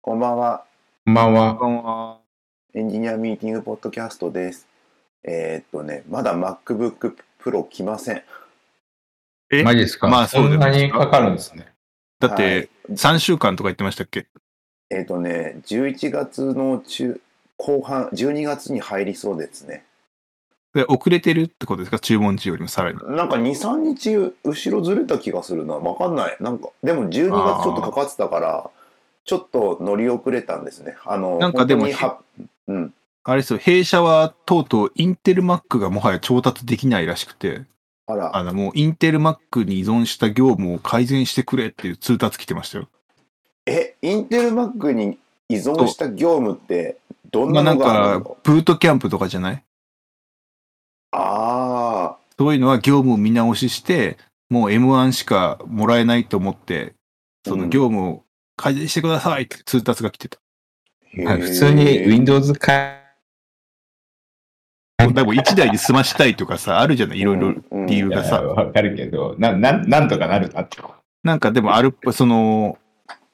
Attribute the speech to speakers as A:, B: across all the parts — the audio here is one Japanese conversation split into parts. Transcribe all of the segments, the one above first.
A: こんばんは。
B: こんばんは。
C: こんばんは。
A: エンジニアミーティングポッドキャストです。えーっとね、まだ MacBook Pro 来ません。
C: え
B: マジですか、
C: まあ
B: そ
C: そうで
B: ん
C: す
B: なにかかるんですね。
C: だっ
A: は
C: て
A: い、
C: 3週間とか言ってましたっけ
A: えーっとね、11月の中、後半、12月に入りそうですね。
C: で遅れてるってことですか注文時よりもさらに。
A: なんか2、3日後ろずれた気がするな。わかんない。なんか、でも12月ちょっとかかってたから、ちょっと乗り遅れたんですね。あの、
C: なんかでも
A: 本当にはうん。
C: あれですよ、弊社はとうとうインテル Mac がもはや調達できないらしくて、
A: あら、
C: あのもうインテル Mac に依存した業務を改善してくれっていう通達来てましたよ。
A: え、インテル Mac に依存した業務って、どん
C: ま
A: な
C: あな
A: の
C: ん
A: があ
C: か
A: るの、
C: ブートキャンプとかじゃない
A: あ
C: そういうのは業務を見直しして、もう M1 しかもらえないと思って、その業務を改善してくださいって通達が来てた。
A: ー
B: はい普通に Windows か、
C: でも1台で済ましたいとかさ、あるじゃないいろいろ理由
B: い
C: が
B: や
C: さ。
B: わかるけど、な、なん、なんとかなるなって。
C: なんかでもあるっぽい、その、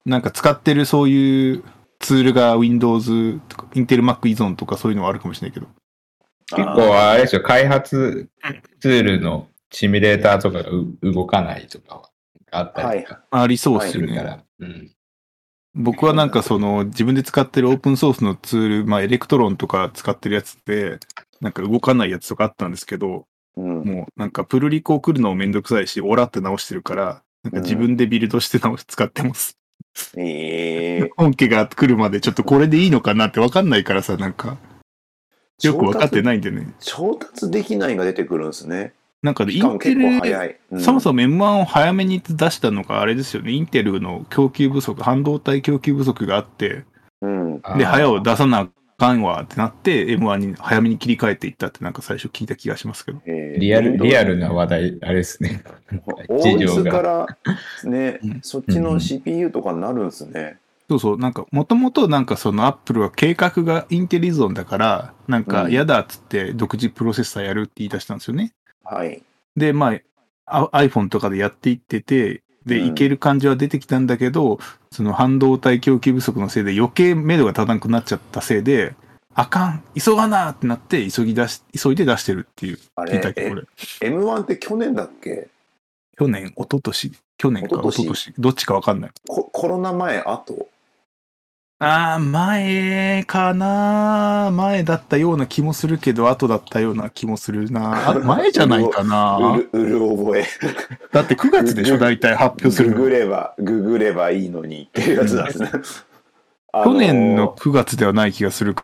C: なんか使ってるそういうツールが Windows とか、Intel Mac 依存とかそういうのはあるかもしれないけど。
B: 結構、あれでしょ、開発ツールのシミュレーターとかがう動かないとかはあったりとか
C: ありそうですすよ
B: る
C: ね。
B: から。うん。
C: 僕はなんかその自分で使ってるオープンソースのツール、まあエレクトロンとか使ってるやつって、なんか動かないやつとかあったんですけど、
A: うん、
C: もうなんかプルリコ送るのもめんどくさいし、オラって直してるから、なんか自分でビルドして直し使ってます。
A: ええ
C: 本家が来るまでちょっとこれでいいのかなってわかんないからさ、なんか、 よくわかってないんでね。
A: 調達できないが出てくるんですね。
C: なんかね、イ
A: しかも
C: ンテ
A: 結
C: ル
A: 構早い。
C: そもそ
A: も、
C: も M1 を早めに出したのがあれですよね、インテルの供給不足、半導体供給不足があって、
A: うん、
B: あー
C: で、早を出さなあかんわってなって、M1 に早めに切り替えていったって、なんか最初聞いた気がしますけど。
A: えー
B: リアル、
A: Windows
B: リアルな話題、あれですね。
A: OS
B: 事情
A: か
B: が。
A: ら、ね
C: うん、
A: そっち
B: う
A: の
B: ん
A: CPU とかになるんですね。
C: そうそう、なんか、もともとなんかその Apple は計画がインテリゾンだから、なん
A: う
C: か
A: ん
C: 嫌だっつって独自プロセッサーやるって言い出したんですよね。
A: はい。
C: で、まあ、あ iPhone とかでやっていってて、で、
A: うん
C: いける感じは出てきたんだけど、その半導体供給不足のせいで余計目処が立たなくなっちゃったせいで、あかん急がなってなって、急ぎ出し、急いで出してるっていう、
A: あ
C: 聞い
A: れ
C: た、けど、
A: え
C: これ。
A: M1 って去年だっけ
C: 去年、一昨年去年か
A: 一昨
C: 一
A: 年
C: 昨年どっちかわかんない。
A: ココロナ前後
C: あー、前かな前だったような気もするけど、後だったような気もするなあ前じゃないか
A: う
C: な
A: る、うる覚え。
C: だって9月でしょ、大体発表する
A: グ
C: の。
A: グれば、ググればいいのにっていうやつなんですね。あ
C: 去
A: ー
C: 年の、9月ではない気がする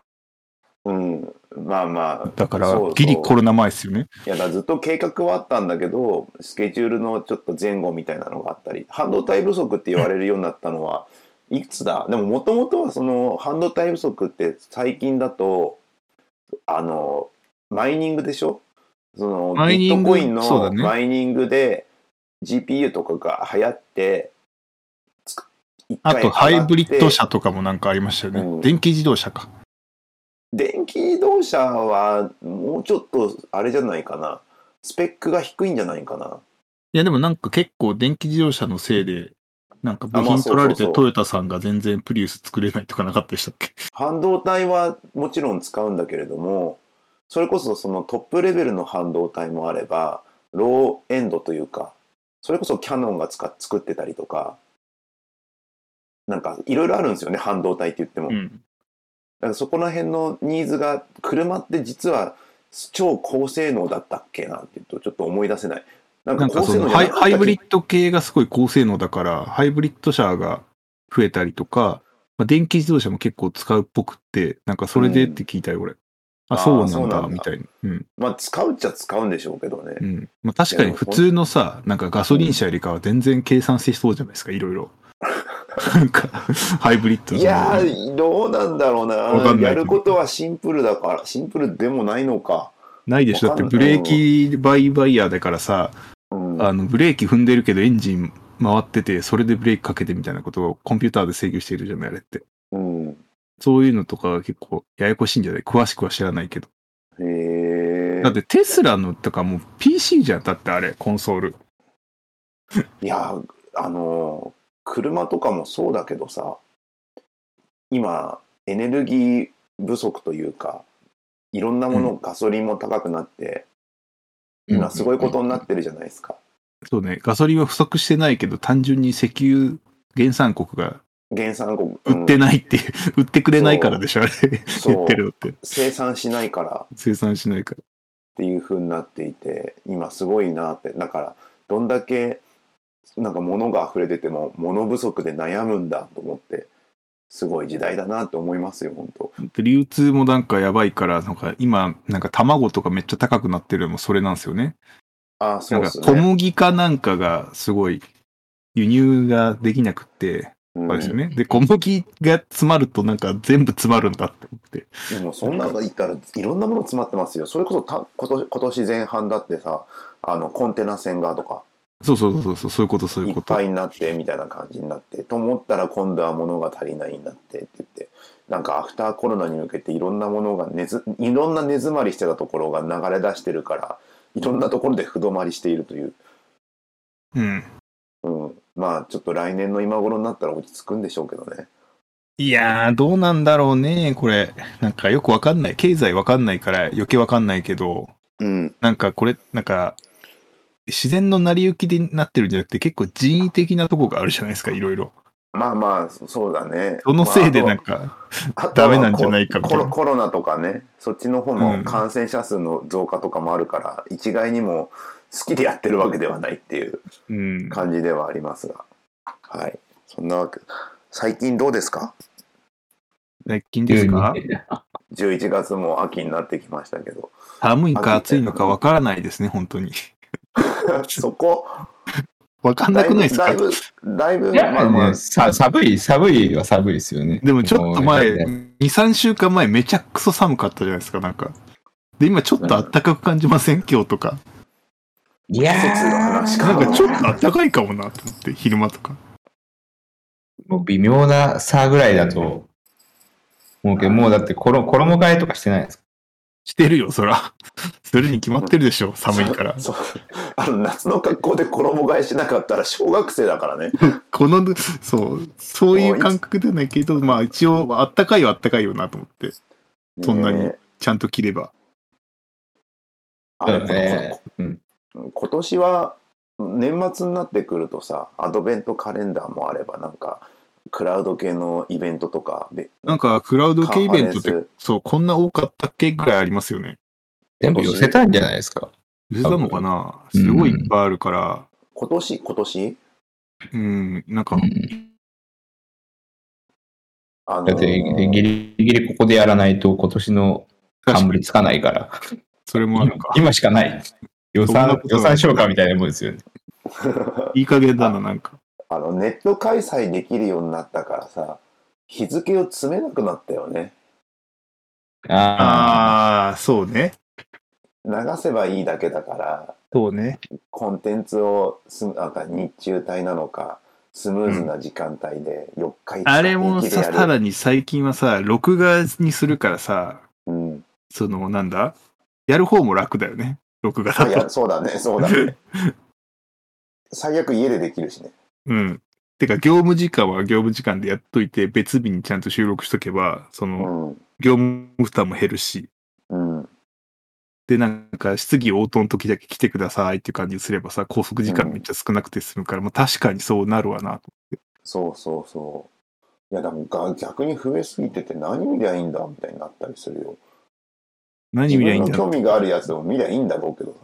A: うん、まあまあ、
C: だから
A: そうそう、
C: ギリコロナ前ですよね。
A: いやだからずっと計画はあったんだけどスケジュールのちょっと前後みたいなのがあったり半導体不足って言われるようになったのはいくつだでももともとはその半導体不足って最近だとあのマイニングでしょその
C: マイ
A: ビ
C: ニ
A: ット
C: ング
A: コイン
C: そうだ
A: の
C: ね
A: マイニングで GPU とかが流行ってつく一
C: あ
A: 回上
C: と、
A: がっ
C: ハ
A: て
C: イブリッド車とかもなんかありましたよ
A: うん
C: ね。電気自動車か。
A: 電気自動車はもうちょっとあれじゃないかなスペックが低いんじゃないかない
C: や、でもなんか結構電気自動車のせいで、なんか部
A: あまあ
C: 品取ら
A: そう
C: れ
A: そ
C: て
A: うそう
C: トヨタさんが全然プリウス作れないとかなかったでしたっけ
A: 半導体はもちろん使うんだけれどもそれこそそのトップレベルの半導体もあればローエンドというかそれこそキャノンが使っ作ってたりとかなんかいろいろあるんですよね半導体って言っても、
C: う
A: だ
C: ん。
A: からそこら辺のニーズが車って実は超高性能だったっけなっていうとちょっと思い出せないなんか
C: なんか
A: 高
C: そ
A: 性
C: の
A: 能じゃ
C: ハ
A: な
C: イ、
A: かった
C: ハ
A: 気
C: イブリッド系がすごい高性能だから、ハイブリッド車が増えたりとか、まあ、電気自動車も結構使うっぽくって、なんかそれでって聞いたよ、俺。
A: あ
C: あ、
A: ー
C: そうな
A: そうんなん
C: だ、
A: だ
C: みたいな。うん。
A: まあ使うっちゃ使うんでしょうけどね、
C: うん。まあ確かに普通のさ、なんかガソリン車よりかは全然計算してそうじゃないですか、いろい ろ。なんか、ハイブリッド
A: い
C: じゃ
A: や
C: ない
A: ー、どうなんだろうな
C: わかんない
A: やることはシンプルだから、シンプルでもないのか。
C: ないでしょ。
A: わ
C: だっ
A: か
C: て
A: んない
C: ブレーキバイバイヤーだからさ、
A: うん、
C: あの、ブレーキ踏んでるけどエンジン回ってて、それでブレーキかけてみたいなことをコンピューターで制御しているじゃない、あれって。
A: うん、
C: そういうのとかは結構ややこしいんじゃない詳しくは知らないけど。
A: へえ
C: だってテスラのとかもう PC じゃん。だってあれ、コンソール。
A: いやー、あのー車とかもそうだけどさ、今エネルギー不足というかいろんなもの、ガソリンも高くなって今すごいことになってるじゃないですか
C: そうね、ガソリンは不足してないけど、単純に石油原産国が
A: 原産国、う
C: 売
A: ん
C: ってないっていう、売ってくれないからでしょ、あれ。
A: そう
C: 言ってるのって。
A: 生産しないから
C: 生産しないから。
A: っていう風になっていて今すごいなってだからどんだけなんか物が溢れてても物不足で悩むんだと思ってすごい時代だなって思いますよ本当
C: で流通もなんかやばいから、なんか今、なんか卵とかめっちゃ高くなってるのもそれなんですよね。
A: ああそ
C: な
A: うんで
C: か
A: す
C: 小
A: ね、
C: 麦かなんかがすごい輸入ができなくって、
A: う
C: あれですよ
A: ん、
C: ね。で、小麦が詰まるとなんか全部詰まるんだって思って。
A: でもそんなの言ったらいろんなもの詰まってますよそれこそた今年今年前半だってさあのコンテナ船がとか
C: そうそうそうそう、そういうことそうい
A: いうっ
C: こと
A: ぱ。いになってみたいな感じになってと思ったら今度は物が足りないになってって言ってなんかアフターコロナに向けていろんなものが根ずいろんな根詰まりしてたところが流れ出してるからいろんなところで不止まりしているという、
C: うん。
A: うん、まあちょっと来年の今頃になったら落ち着くんでしょうけどね
C: いやー、どうなんだろうね、これ。なんかよくわかんない。経済わかんないから余計わかんないけど、
A: うん
C: なんかこれ、なんか、自然の成り行きでなってるんじゃなくて、結構人為的なとこがあるじゃないですか、いろいろ。
A: まあまあそそうだね
C: そのせいでなん
A: か、
C: か、
A: あと
C: ダメなんじゃないか
A: あと
C: み
A: はコ
C: た
A: ロ
C: いな
A: コロナとかねそっちの方
C: うん
A: の感染者数の増加とかもあるから、一概にも好きでやってるわけではないっていう
C: うん。
A: 感じではありますが、はい、そんなわけ、最近どうですか
C: 最近ですか
B: 急に
A: 11月も秋になってきましたけど、
C: 寒いか暑いのかわからないですね、本当に。
A: そこ、
C: わかんな
A: だい
C: くない
A: ぶ、
C: ですか
A: だいぶ、だいぶ、
B: いや、
A: まあまあ
B: ね、さ寒い、寒いは寒いですよね。
C: でもちょっと前、
B: もうね
C: 2、3週間前めちゃくそ寒かったじゃないですか、なんか。で、今ちょっと暖かく感じません今日とか。
B: いや
A: 季節の話
C: なんかちょっと
B: と。
C: 暖かいかもなと思って、昼間とか。
B: もう微妙な差ぐらいだと、もうけどもうだって衣衣替えとかしてないですか
C: してるよ、そら。それに決まってるでしょ、寒いから。
A: そうあの夏の格好で衣替えしなかったら小学生だからね
C: この、そう、そういう感覚ではないけど、まあ一応、あったかいはあったかいよなと思って、 そんなに
A: ね
C: ちゃんと着れば。
A: あれ
B: だね。うん。
A: 今年は年末になってくるとさアドベントカレンダーもあればなんかクラウド系のイベントとかで
C: なんか、クラウド系イベン
A: カ
C: トっ
A: ンファレ
C: て
A: ンス、
C: そう、こんな多かったっけぐらいありますよね。
B: 全部寄せたんじゃないですか。
C: 売れたのかな
B: うん
C: すごいいっぱいあるから、
A: 今年今年
C: うん、なんか
B: う、ん
A: あの
B: だって、 ギリギリここでやらないと今年の冠つかないから。
C: それもあるか。
B: 今しかない。予
C: そんな
B: 算
C: こ、と
B: 予
C: な
B: 算
C: い
B: 消化みたいなもんですよね。
C: いい加減だな、なんか。
A: あのネット開催できるようになったからさ日付を詰めなくなったよね
B: ああ。
C: ああ、そうね。
A: 流せばいいだけだから
C: そうね。
A: コンテンツをすなんか日中帯なのかスムーズな時間帯で4日5日
C: あれもさ、
A: 平気でやる
C: さらに最近はさ、録画にするからさ、
A: うん、
C: その、なんだやる方も楽だよね。録画
A: あい
C: だ
A: や
C: と。
A: そうだねそうだ ね最悪家でできるしね
C: うん。てか、業務時間は業務時間でやっといて、別日にちゃんと収録しとけば、そうの、
A: ん
C: 業務負担も減るし、
A: うん
C: で、なんか、質疑応答の時だけ来てくださいっていう感じにすればさ、拘束時間めっちゃ少なくて済むから、もう確かにそうなるわなと。
A: そうそうそういやでもが逆に増えすぎてて何見りゃいいんだみたいになったりするよ
C: 何見りゃいいんだ
A: 自分
C: ろ
A: の興味があるやつでも見りゃいいんだろうけどさ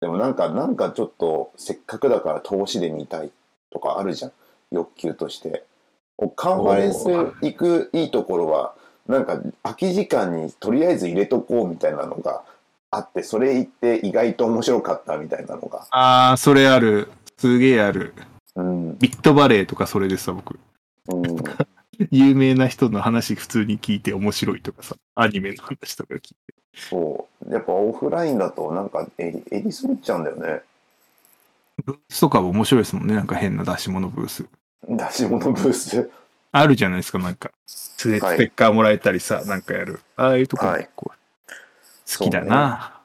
A: でもなんかなんかちょっとせっかくだから投資で見たいとかあるじゃん欲求としておカンファレンス行くいいところはなんか空き時間にとりあえず入れとこうみたいなのがあってそれ行って意外と面白かったみたいなのが
C: う。ああ、それある。すげえある。
A: うん
C: ビットバレーとかそれでさ、僕。
A: うん
C: 有名な人の話普通に聞いて面白いとかさ、アニメの話とか聞いて。
A: そうやっぱオフラインだとなんかえりえりすぐっちゃうんだよね
C: ブースとかも面白いですもんね、なんか変な出し物ブース。
A: 出し物ブース
C: あるじゃないですか、なんか。ステ
A: はい
C: ステッカーもらえたりさ、なんかやる。ああいうとこ
A: はい
C: 結構好きだな。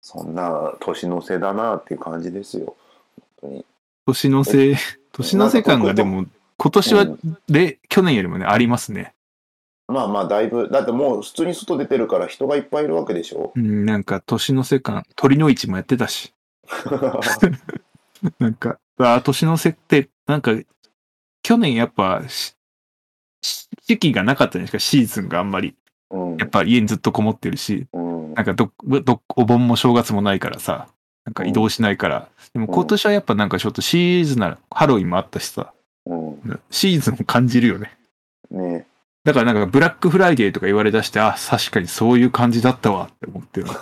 A: そんな年の瀬だなっていう感じですよ本当に
C: 年のせい、年のせ感がでも今年は
A: うん
C: で、去年よりもね、ありますね。
A: まあまあだいぶだってもう普通に外出てるから人がいっぱいいるわけでし ょ
C: うん、なんか、年の瀬感、鳥の市もやってたし、 なんか、あー年の瀬って、なんか、去年やっぱし、し時期がなかったじゃないですか、シーズンがあんまり。
A: うん
C: やっぱ家にずっとこもってるし、
A: うん
C: なんかどっ、どっ、お盆も正月もないからさ、なんか移動しないから。でも今年はやっぱなんかちょっとシーズナル、ハロウィンもあったしさ、
A: うん
C: シーズンを感じるよね。
A: ね
C: だからなんかブラックフライデーとか言われだして、あ、確かにそういう感じだったわって思ってる。な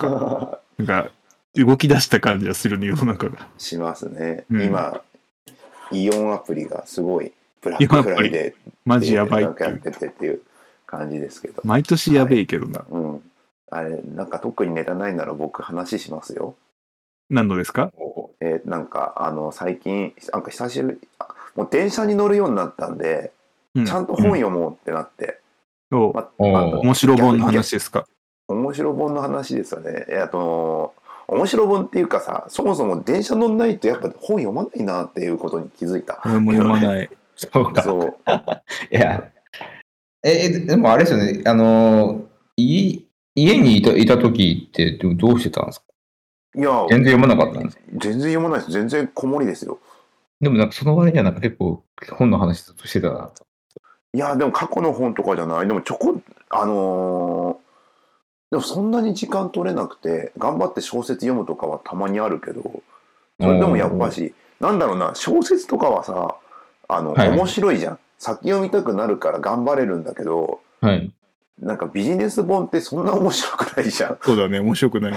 C: んか、動き出した感じがするね、世の中が。
A: しますね、
C: うん
A: 今イオンアプリがすごいブラックフライデー
C: マ
A: で
C: ジやばい
A: な
C: っ
A: ん
C: て
A: か
C: い
A: やっ
C: う。
A: ててっていう感じですけど、
C: 毎年やべえけどな。
A: うん、あれなんか特にネタないなら僕話しますよ
C: 何度ですか
A: えーなんかあの最近なんか久しぶりあもう電車に乗るようになったんで、
C: うん
A: ちゃんと本読もうってなって、
C: お
A: ま
B: おう
A: あの
B: おう
C: 面白本の話ですか。
A: 面白本の話ですよね。えあと面白本っていうかさそもそも電車乗んないとやっぱ本読まないなっていうことに気づい た。
C: 俺も読まない。
B: そうか。
A: そう
B: いや。え、えでもあれですよね、あの、い家にいたいた時ってでもどうしてたんですか
A: いや
B: 全然読まなかったんですか
A: 全然読まないです全然こもりですよ。
B: でもなんかその割にはなんか結構本の話ずっとしてたなと。
A: いやでも過去の本とかじゃないでもちょこあのーでもそんなに時間取れなくて頑張って小説読むとかはたまにあるけどそれでもやっぱしなんだろうな小説とかはさあの、
B: はい
A: 面白いじゃん先読みたくなるから頑張れるんだけど
B: はい。
A: なんかビジネス本ってそんな面白くないじ ゃん
C: そうだね、面白くない。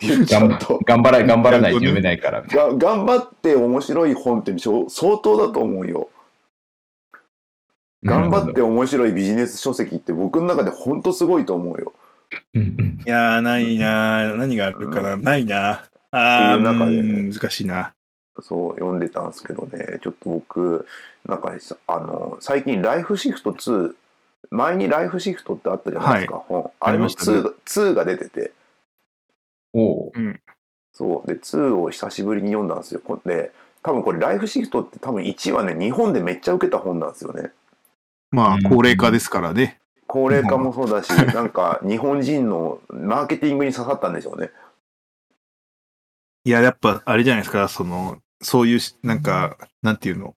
A: 言っちゃ
B: 頑
A: う
B: 張
A: と
B: 頑張ら頑張らないと読めないから。
A: が頑張って面白い本ってしょ相当だと思うよ頑張って面白いビジネス書籍って僕の中でほんとすごいと思うよ
B: うんうん。
C: いやー、ないなー。何があるかな、ないなー。
A: ってい
C: あー、
A: う中で
C: うん難しいな。
A: そう読んでたんですけどねちょっと僕なんかさあの最近「ライフシフト2」前に「ライフシフト」ってあったじゃないですか、本あれ
C: あり
A: の
C: ましたね
A: 2, が2が出てて
B: おう
A: そうで2を久しぶりに読んだんですよこで多分これ「ライフシフト」って多分1はね日本でめっちゃ受けた本なんですよね
C: まあ
B: うん、
C: 高齢化ですからね。
A: 高齢化もそうだしなんか日本人のマーケティングに刺さったんでしょうね
C: いや、やっぱ、あれじゃないですか、その、そういうし、なんか、なんていうの、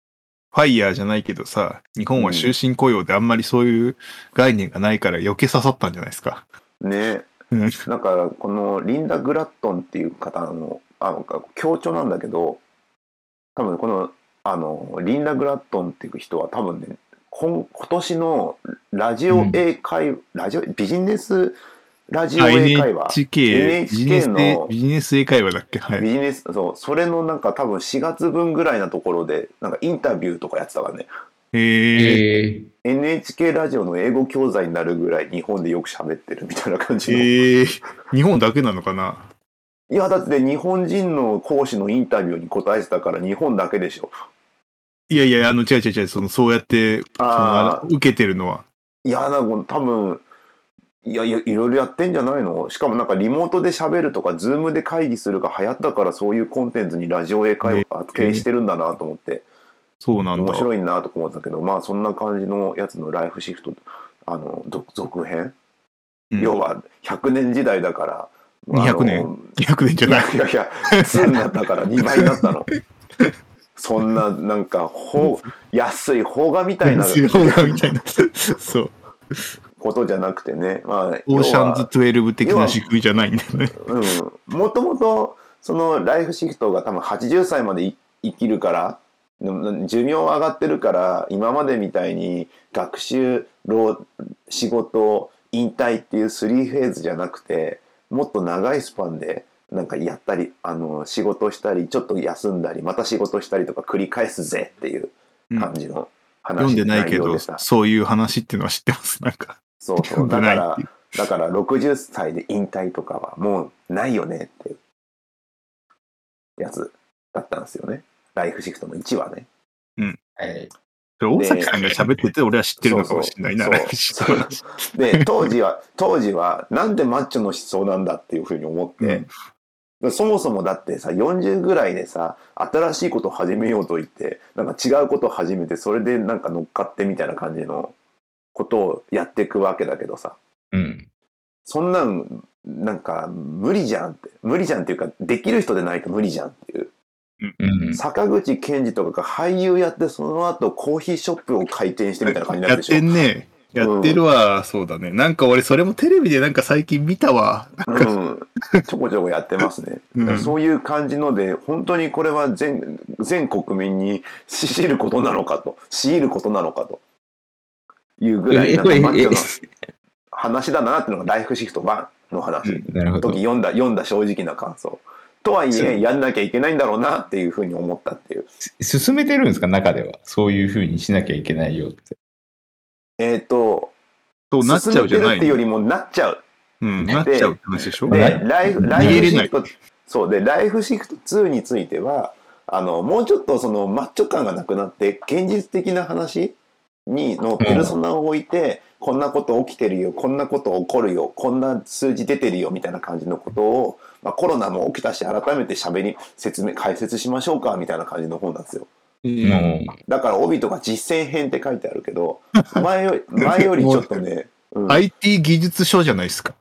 C: ファイヤーじゃないけどさ、日本は終身雇用であんまりそういう概念がないから余計刺さったんじゃないですか。
A: ね
C: うん
A: だからこのリンダ・グラットンっていう方のあの強調なんだけど多分このあのリンダ・グラットンっていう人は多分ね今今年のラジオ英会、ラジオビジネスラジオ英会話
C: NHK、ビジネ
A: NHK
C: ス
A: の
C: ビジネス英会話だっけは
A: ビ
C: い。
A: ジネスそうそれのなんか多分4月分ぐらいなところでなんかインタビューとかやってたからね
C: えー、
B: え
A: NHK ラジオの英語教材になるぐらい日本でよく喋ってるみたいな感じの、
C: えー、日本だけなのかない
A: やだって日本人の講師のインタビューに答えてたから日本だけでしょ
C: いやいや、あの、違う違う違う、その、そうやって、その
A: ああ
C: 受けてるのは。
A: いやなんか多分いやいやいろいろやってんじゃないのしかもなんかリモートで喋るとかズームで会議するが流行ったからそういうコンテンツにラジオ英会話提携してるんだなと思って
C: そうなんだ
A: 面。白いなとか思ってたけどまあそんな感じのやつのライフシフトあの続続編、
C: うん
A: 要は100年時代だから
C: 200年
A: あの
C: 100年じゃ
A: い
C: ない
A: や。いやいや、2になったから2倍になったの。そんな、なんか、ほう、安い邦画みたいな
C: 違うなみたいな。そう。
A: ことじゃなくてね。まあ、
C: オーシャンズ
A: 要は
C: 12的な仕組みじゃないんだよね。
A: うん。もともと、そのライフシフトが多分80歳までい生きるから、うん寿命は上がってるから、今までみたいに学習、労仕事、引退っていう3フェーズじゃなくて、もっと長いスパンで、なんかやったり、あの、仕事したり、ちょっと休んだり、また仕事したりとか繰り返すぜっていう感じの話、
C: 読んでないけ
A: 内容
C: ど
A: でした、
C: そういう話っていうのは知ってます。なんか。
A: そうそう。だ
C: 読んで
A: か
C: ない
A: ら、だから60歳で引退とかはもうないよねっていうやつだったんですよね。ライフシフトの1話ね。
B: ーはい。
C: それ大崎さんが喋ってて、俺は知ってるのかもしれないな。
A: そうそうそう で、当時は、当時は、なんでマッチョの思想なんだっていうふうに思って、
C: うん
A: らそもそもだってさ40ぐらいでさ新しいことを始めようと言ってなんか違うことを始めてそれでなんか乗っかってみたいな感じのことをやっていくわけだけどさ
B: うん。
A: そんなんなんか無理じゃんって無理じゃんっていうかできる人でないと無理じゃんっていう
B: うん。
A: 坂口健二とかが俳優やってその後コーヒーショップを開店してみたいな感じにな
C: や
A: る
C: っ
A: でしょ
C: てんね。やってるわ、そうだね。なんか俺それもテレビでなんか最近見たわ。
A: うん、ちょこちょこやってますね、
C: うん
A: そういう感じので本当にこれは全全国民に強いることなのかと強いることなのかというぐらい
B: え
A: なんかマッチョ
B: え
A: な話だなっていうのが「ライフシフト1」の話の
B: えなるほ
A: 時
B: ど。
A: 読んだ読んだ正直な感想とはい
B: そう
A: えやんなきゃいけないんだろうなっていうふうに思ったっていう
B: す進めてるんですか、中では。そういうふうにしなきゃいけないよって。
A: えっ、と
C: そうなっちゃうじ
A: 進
C: ゃ
A: め
C: な
A: てる
C: い
A: っていうよ
C: の。
A: りもなっちゃう
C: うん、なっちゃうって話でしょ
A: で、
B: はい
A: ライフ、
B: 逃
A: ライフ
C: げれ
A: シ
C: ない
A: フト、そうで、ライフシフト2については、あの、もうちょっとそのマッチョ感がなくなって、現実的な話にのペルソナを置いて、こんなこと起きてるよ、こんなこと起こるよ、こんな数字出てるよ、みたいな感じのことを、まあ、コロナも起きたし、改めて喋り、説明、解説しましょうか、みたいな感じの本なんですよ。
C: うん
A: だから帯とか実践編って書いてあるけど、 前より、前よりちょっとね、うん、
C: IT 技術書じゃないですか。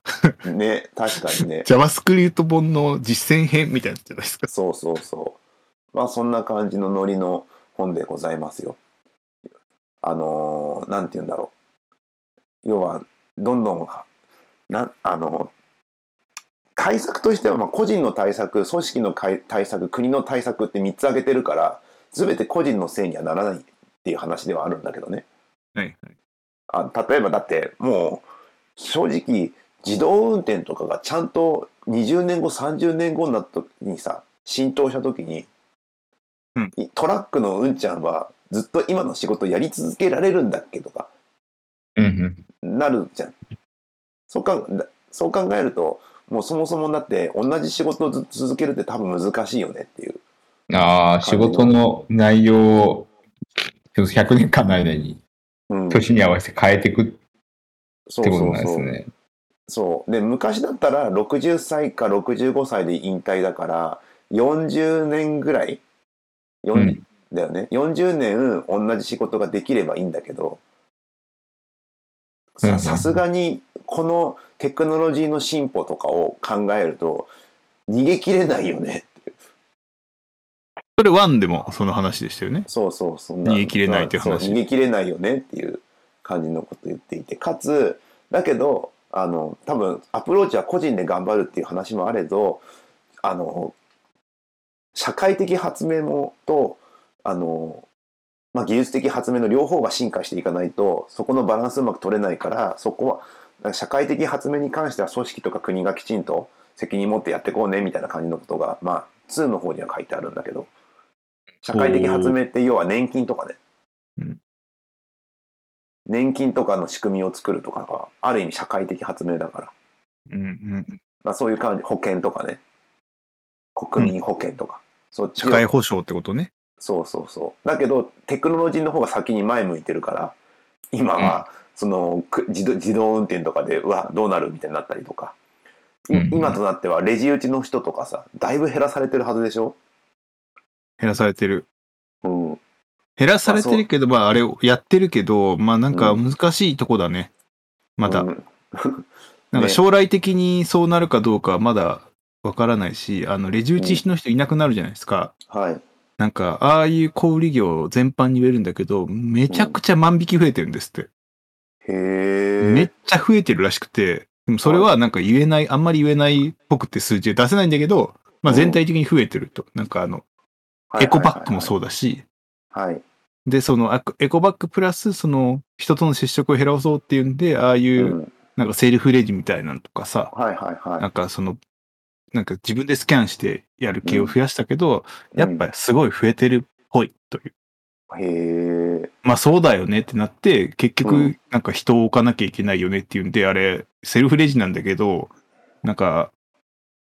A: ね、確かにね。
C: JavaScript 本の実践編みたいなのじゃないです か。
A: そうそうそう。まあそんな感じのノリの本でございますよ。あのーなんて言うんだろう。要は、どんどん、なあの対策としては、まあ、個人の対策、組織のかい対策、国の対策って3つ挙げてるから、全て個人のせいにはならないっていう話ではあるんだけどね。
C: はい
A: あ例えばだってもう正直自動運転とかがちゃんと20年後30年後になった時にさ浸透した時に、
C: うん
A: いトラックのうんちゃんはずっと今の仕事やり続けられるんだっけとか
B: うんうん。
A: なるじゃん。そうかだそう考えるともうそもそもだって同じ仕事をずっと続けるって多分難しいよねっていう。
B: ああ、仕事の内容を100年間の間に、
A: うん、
B: 年に合わせて変えていくって
A: そう
B: こと
A: そう
B: なんで
A: そ
B: す
A: う。
B: ね。
A: そうで昔だったら60歳か65歳で引退だから40年ぐらい、40
B: うん
A: だよね40年同じ仕事ができればいいんだけど
B: うんう
A: さ
B: ん
A: さすがにこのテクノロジーの進歩とかを考えると逃げきれないよね
C: それ1でもその話でしたよね。
A: そうそうそんな
C: 逃げ切れないっていう話
A: そう逃げ切れないよねっていう感じのこと言っていてかつだけどあの多分アプローチは個人で頑張るっていう話もあれどあの社会的発明もとあの、まあ、技術的発明の両方が進化していかないとそこのバランスうまく取れないからそこは社会的発明に関しては組織とか国がきちんと責任持ってやってこうねみたいな感じのことが、まあ、2の方には書いてあるんだけど社会的発明って要は年金とかね、
C: うん
A: 年金とかの仕組みを作るとかがある意味社会的発明だから、
C: うんうん、
A: まあ、そういう感じ保険とかね国民保険とか、そっち
C: 社
A: を
C: 会保障ってことね。
A: そうそうそうだけどテクノロジーの方が先に前向いてるから今はそのく自動自動運転とかでうわどうなるみたいになったりとか、い
B: うん
A: 今となってはレジ打ちの人とかさだいぶ減らされてるはずでしょ、
C: 減らされてる。
A: うん、
C: 減らされてるけど、まああれをやってるけど、まあなんか難しいとこだね。まだ
A: う。ん
C: なん
A: ね
C: か将来的にそうなるかどうかはまだわからないし、あの、レジ打ちの人いなくなるじゃないですか。
A: はい
C: なんか、ああいう小売業全般に言えるんだけど、めちゃくちゃ万引き増えてるんですって。
A: へ
C: めっ
A: え
C: ちゃ増えてるらしくて、でもそれはなんか言えない、あんまり言えないっぽくて数字で出せないんだけど、まあ全体的に増えてると。なんかあの、エコバッグもそうだし、
A: はい
C: で、そのあエコバッグプラス、その人との接触を減らそうっていうんで、ああいうう、
A: ん
C: なんかセルフレジみたいなのとかさ、
A: はいはいはい
C: なんかその、なんか自分でスキャンしてやる気を増やしたけど、やっぱりすごい増えてるっぽいという。
A: へえ。
C: まあそうだよねってなって、結
A: う
C: 局
A: ん
C: なんか人を置かなきゃいけないよねっていうんで、あれ、セルフレジなんだけど、なんか、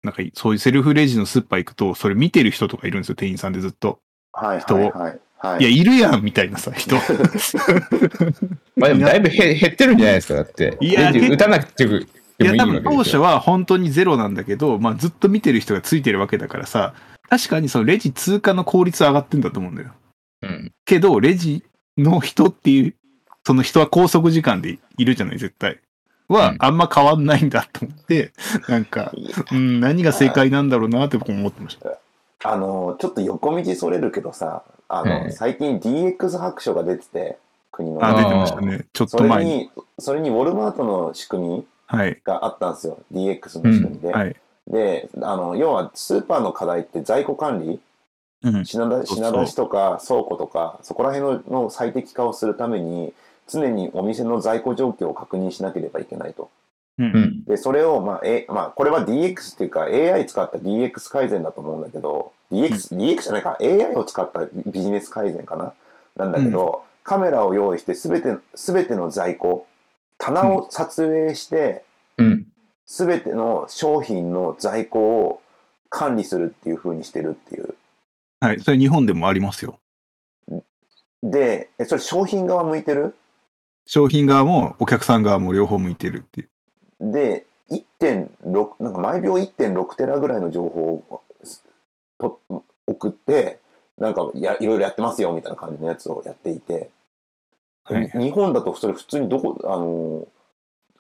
C: なんかそういうセルフレジのスーパー行くと、それ見てる人とかいるんですよ、店員さんでずっと。
A: はい
C: 人
A: は
C: を
A: いはい。はい
C: や、
A: い、
C: いるやんみたいな さ、人。
B: まあでもだいぶへ減ってるんじゃないですか、だって。
C: いや
B: レジ
C: 結構
B: 打たなくてよく
C: い
B: でも
C: や、
B: いい
C: 多
B: わけ
C: 分
B: ですよ
C: 当初は本当にゼロなんだけど、まあずっと見てる人がついてるわけだからさ、確かにそのレジ通過の効率は上がってんだと思うんだよ。
B: うん。
C: けど、レジの人っていう、その人は拘束時間でいるじゃない、絶対。
B: う
C: は
B: ん、
C: あんま変わんないんだと思って、なんか、うん、何が正解なんだろうなって僕も思ってました。
A: あのちょっと横道それるけどさあの、
B: はい
A: 最近 DX 白書が出てて国の
C: あ、
B: ー
C: 出てましたね。ちょっ
A: そ
C: と
A: れ
C: 前に。
A: にそれにウォルマートの仕組み
C: はい。
A: があったんですよ DX の仕組みで、
C: はい。
A: であの要はスーパーの課題って在庫管理
C: う
A: 品
C: ん。
A: 出し
C: そうそう
A: 品出しとか倉庫とかそこら辺のの最適化をするために常にお店の在庫状況を確認しなければいけないと。
C: うん
B: うん。
A: で、それを、まあ、え、まあ、これは DX っていうか AI 使った DX 改善だと思うんだけど、DX、DX じゃないか、AI を使ったビジネス改善かななんだけど、カメラを用意してすべて、すべての在庫、棚を撮影して、
B: うん。
A: すべての商品の在庫を管理するっていう風にしてるっていう。
C: はい。それ日本でもありますよ。
A: で、え、それ商品側向いてる
C: 商品側もお客さん側も両方向いてるっていう。
A: で、1.6、なんか毎秒1.6テラぐらいの情報をすと送って、なんかや、いろいろやってますよみたいな感じのやつをやっていて、
C: はい。
A: 日本だとそれ普通にどこ、あの、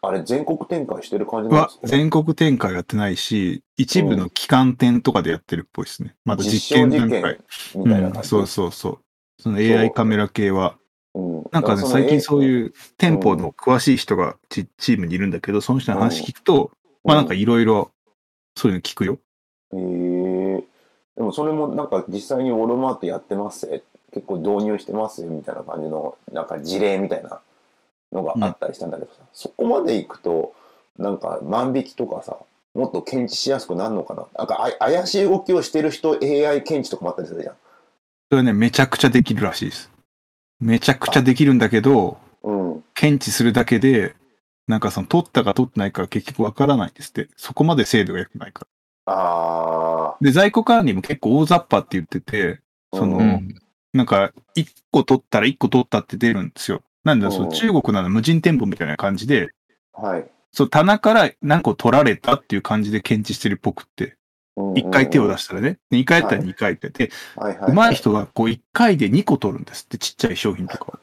A: あれ全国展開してる感じなん
C: は
A: ですか
C: 全国展開やってないし、一部の機関店とかでやってるっぽいですね。まだ実験段階。
A: みたいな
C: う
A: 感
C: ん、
A: じ。
C: そうそうそう。その
A: そう
C: AI カメラ系は。
A: うん
C: なんかね、最近そう
A: う、
C: いう店舗の詳しい人がチチームにいるんだけど、その人の話聞くと、まあなんかいろいろそういうの聞くよ。
A: えーでもそれもなんか実際にウォルマートやってます結構導入してますみたいな感じのなんか事例みたいなのがあったりしたんだけどさ、そこまでいくとなんか万引きとかさもっと検知しやすくなるのかななんかあ怪しい動きをしてる人 AI 検知とかもあったりするじゃん。
C: それね、めちゃくちゃできるらしいです。めちゃくちゃできるんだけど、
A: うん、
C: 検知するだけで、なんかその取ったか取ってないかは結局わからないんですって。そこまで精度が良くないから。
A: あ
C: で、在庫管理も結構大雑把って言ってて、
A: ー
C: その
B: う
A: うん
B: ん。
C: なんか、一個取ったら一個取ったって出るんですよ。なんだ、そ
A: うん
C: の中国なの無人店舗みたいな感じで、
A: はい
C: そう、棚から何個取られたっていう感じで検知してるっぽくって。一回手を出
A: し
C: したらね。で二回やったら
A: はい
C: 二回って。で、
A: て、はいはい、
C: うまい人はこう一回で二個取るんですって、ちっちゃい商品とかを。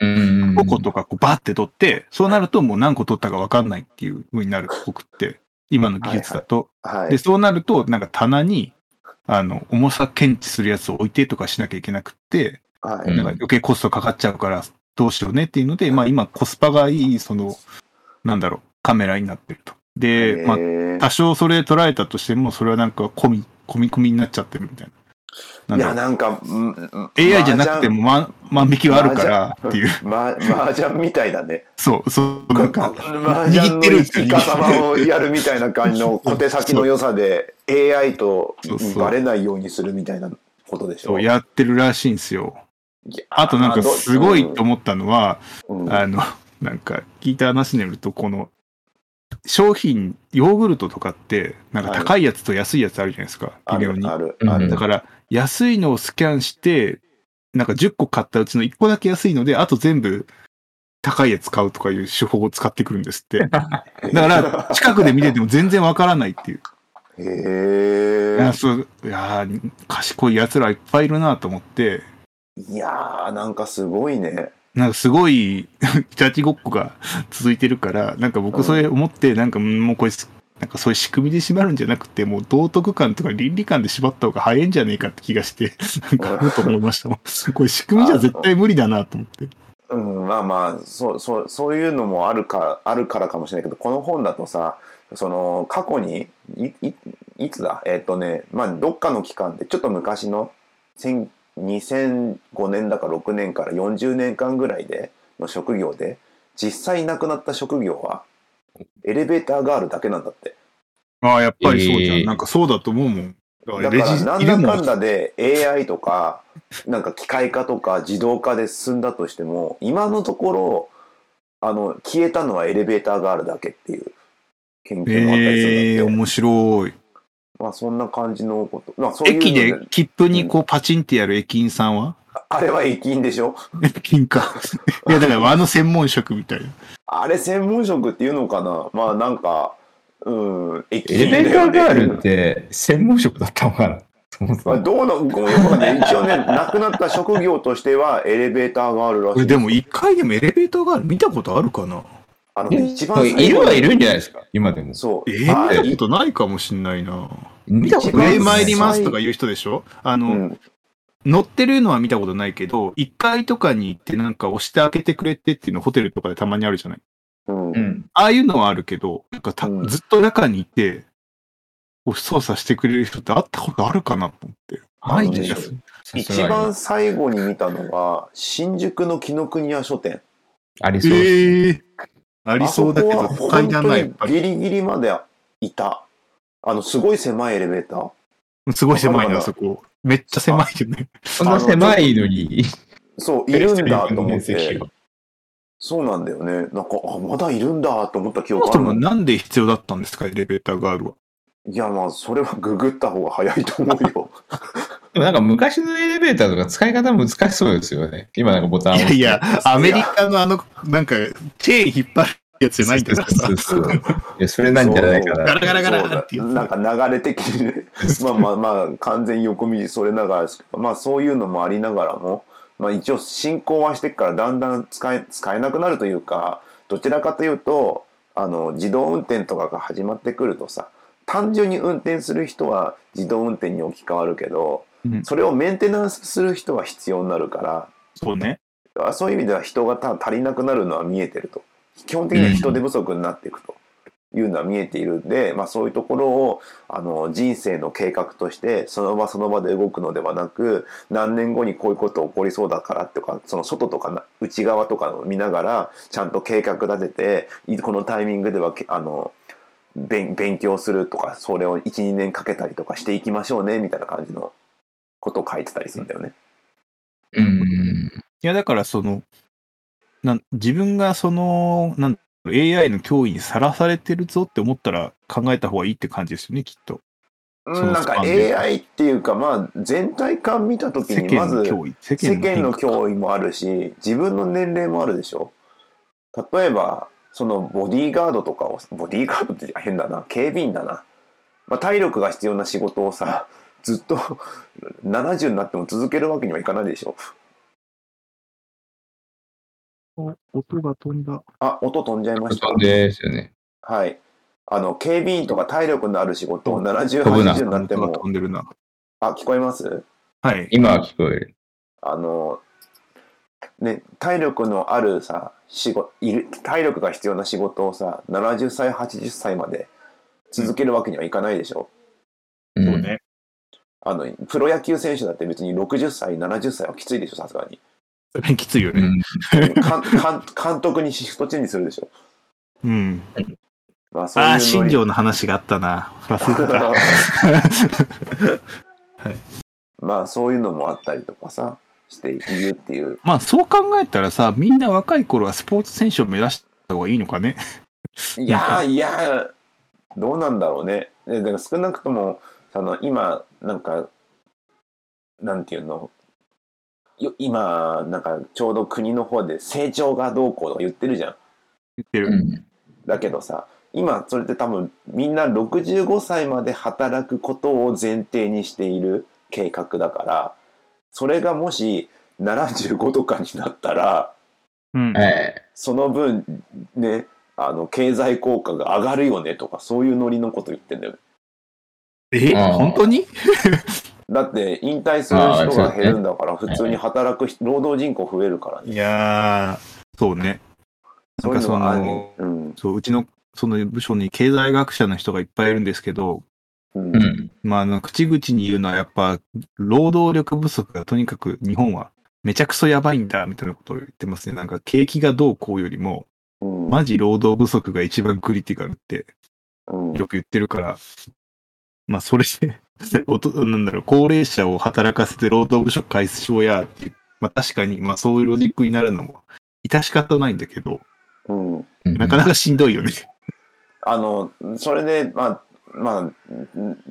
B: うん。
C: 5個とかこうバーって取って、そうなるともう何個取ったか分かんないっていう風になるっぽくって、今の技術だと。
A: はい、
C: で、そうなると、なんか棚に、あの、重さ検知するやつを置いてとかしなきゃいけなくって、
A: は
B: う
A: い
B: ん
C: なんか余計コストかかっちゃうからどうしようねっていうので、まあ今コスパがいい、その、なんだろう、カメラになってると。で、まあ
A: へー
C: 多少それ捉えたとしても、それはなんか込み、込み込みになっちゃってるみたいな。
A: い
C: な
A: や
C: んだ
A: な
C: ろう
A: んか、うんうん
C: AI じゃなくても万万引きはあるからっていう。
A: 麻雀麻雀みたいだね。
C: そう、そう、なんか、
A: マージャン
C: 握ってる
A: の生
C: んですよ
A: き様をやるみたいな感じの小手先の良さで AI と
C: そうそう
A: バレないようにするみたいなことでし
C: そ
A: ょ
C: うやってるらしいんですよ。
A: いや
C: あとなんか
A: ど
C: すごいと思ったのは、
A: うんうん
C: あの、なんか聞いた話によると、この、商品、ヨーグルトとかって、なんか高いやつと安いやつあるじゃないですか、
A: あ
C: 微
A: る
C: 妙に。
A: ある
B: うん
A: ある
C: だから、安いのをスキャンして、なんか10個買ったうちの1個だけ安いので、あと全部高いやつ買うとかいう手法を使ってくるんです って。だから、近くで見てても全然わからな いっていう。
A: へ
C: いや
A: え
C: そういやー賢いやつらいっぱいいるなと思って、
A: いやーなんかすごいね
C: なんかすごい、 ジャッジごっこが続いてるから、なんか僕それ思って、なんかうんもうこれ、なんかそういう仕組みで縛るんじゃなくて、もう道徳感とか倫理観で縛った方が早いんじゃねえかって気が して、なんかふと思いましたもん。これ仕組みじゃ絶対無理だなと思って。
A: うん、まあまあそうそうそういうのもあるかあるからかもしれないけどこの本だとさその過去にいいいつだえっ、とねまあどっかの期間でちょっと昔の1000 2005年だか6年から40年間ぐらいでの職業で実際亡くなった職業はエレベーターガールだけなんだって
C: ああ、やっぱりそうじゃん。
B: えー
C: なんかそうだと思うもん。
A: だからなんだかんだで AI とかなんか機械化とか自動化で進んだとしても今のところあの消えたのはエレベーターガールだけっていう研究もあったりす
C: ええ
A: るんだって、
C: 面白い。
A: まあそんな感じのこと、まあ、そういうの
C: 駅で切符にこうパチンってやる駅員さんは
A: あれは駅員でしょ
C: 駅員か。いや、だからあの専門職みたいな。
A: あれ専門職っていうのかなまあなんか、うん、エ
B: エレベーターガールって専門職だったのかなそもそ
A: まあ
B: も。
A: どうな、ごめんなさいね。一応ね、 亡くなった職業としてはエレベーターがあるらしい。
C: 俺でも一回でもエレベーターがある見たことあるかな
A: あの、
B: え
A: 一番最後に
B: いるはいるんじゃないですか今でも。
A: そう。
C: えー、見
A: あ
C: たことないかもしんないな。
B: 見たことない
C: 上
B: ですね
C: 参りますとか言う人でしょあ
A: う
C: の、
A: ん、
C: 乗ってるのは見たことないけど、1階とかに行ってなんか押して開けてくれてっていうのホテルとかでたまにあるじゃない。
A: うん
B: う。ん。
C: ああいうのはあるけど、なんかた、
A: うん
C: ずっと中にいて、こう操作してくれる人って会ったことあるかなと思って。
B: ないでしょ
A: あの。
B: さす
A: 一
B: がに
A: 番最後に見たのが、新宿の紀ノ国屋書店。
B: ありそう。
C: ええあ
A: あ
C: りそうだけど、都会じゃない、やっ
A: そこ
C: ぱ
A: は本当
C: り。
A: にギリギリまでいた。あの、すごい狭いエレベーター。
C: すごい狭い
A: わ
C: な、
A: か
C: そこ。めっちゃ狭いよね。
B: そんな狭いのに。
A: そう、いるんだと思っ
B: 面積
A: て
B: が。
A: そうなんだよね。なんか、あ、まだいるんだと思った記
C: そも
A: 憶あ
C: そ
A: る
C: も
A: の。
C: なんで必要だったんですか、エレベーターガールは。
A: いや、まあ、それはググった方が早いと思うよ。
B: でもなんか昔のエレベーターとか使い方難しそうですよね。今なんかボタンを
C: いやいや、アメリカのあの、なんか、チェーン引っ張るやつじゃないんだからさ
B: そう。そうそういや、それなんじゃないか
C: ガ
B: な。
C: ラガラガラってや
A: そう
C: つ
A: だなんか流れ的にねまあまあまあ完全横道それながらですけどまあそういうのもありながらも、まあ、一応進行はしてっからだんだん使え使えなくなるというかどちらかというとあの自動運転とかが始まってくるとさ単純に運転する人は自動運転に置き換わるけど
C: うん
A: それをメンテナンスする人は必要になるから
C: そうね。
A: あそういう意味では人がた足りなくなるのは見えてると基本的には人手不足になっていくというのは見えているんで、まあ、そういうところをあの人生の計画としてその場その場で動くのではなく何年後にこういうこと起こりそうだからとかその外とかな内側とかを見ながらちゃんと計画立てていこのタイミングではけあの勉勉強するとかそれを12年かけたりとかしていきましょうねみたいな感じのことを書いてたりするんだよね。
B: うんうん。
C: いや、だからその、なん自分がその、なん AI の脅威にさらされてるぞって思ったら考えた方がいいって感じですよね、きっと。
A: う
C: その
A: ん、なん
C: ス
A: か
C: パンで
A: AI っていうかまあ全体感見た時
C: 世
A: にま
C: 間の
A: ず
C: 脅威。世
A: 世間の
C: 変化
A: 脅威もあるし自分の年齢もあるでしょ例えばそのボディーガードとかをボディーガードって変だな警備員だな、まあ、体力が必要な仕事をさずっと70になっても続けるわけにはいかないでしょ
C: お音が飛んだ。
A: あ音飛んじゃいました
B: そうですよね。
A: はいあの警備員とか体力のある仕事を
B: 飛ぶな
A: 7080になって
C: 音が
A: も
C: 飛んでるな。
A: あ聞こえます
C: はい。
B: 今は聞こえる。
A: あの、ね、体力のあるさ、仕事、いる、体力が必要な仕事をさ、70歳、80歳まで続けるわけにはいかないでしょ。
B: うん
C: そうね。
A: あの、プロ野球選手だって別に60歳、70歳はきついでしょ、さすがに。
C: それきついよ
B: う
C: ね。
B: ん
A: かん かん監督にシフトチェンジするでしょ。
C: うん。
A: まあ、そういう
C: ああ、
A: ノ
C: 新
A: リ
C: 庄の話があったな。ほら そういうことだ
A: まあ、そういうのもあったりとかさ、しているっていう。
C: まあ、そう考えたらさ、みんな若い頃はスポーツ選手を目指した方がいいのかね。
A: いやーいやーどうなんだろうね。ででも少なくともその今なんかなんていうのよ今なんかちょうど国の方で成長がどうこうとか言ってるじゃん。
C: 言って
B: う
C: る。
B: ん
A: だけどさ今それって多分みんな65歳まで働くことを前提にしている計画だからそれがもし75とかになったら。
C: うん。
B: ええ
A: その分ねあの経済効果が上がるよねとかそういうノリのこと言ってんだよね
C: え、
B: あー
C: 本当に
A: だって引退する
B: あー
A: 人
B: そう
A: が
B: だね
A: 減るんだから普通に働く人労働人口増えるからね
C: いやー、そうね。な
A: そ
C: ん
A: うい
C: か
A: うの
C: そ
A: はある
C: の、
A: うん
C: そう、うちの、その部署に経済学者の人がいっぱいいるんですけど、
A: うん
B: うん。
C: まあ、あの、口々に言うのはやっぱ、労働力不足がとにかく日本はめちゃくそやばいんだ、みたいなことを言ってますね。なんか、景気がどうこうよりも、
A: うん
C: マジ労働不足が一番クリティカルって
A: うん
C: よく言ってるから、まあ、それで、 おとなんだろう、高齢者を働かせて労働不足解消や、っていう、まあ、確かに、まあ、そういうロジックになるのも、致し方ないんだけど、
A: うん
C: なかなかしんどいよね。
A: あのそれでまあまあ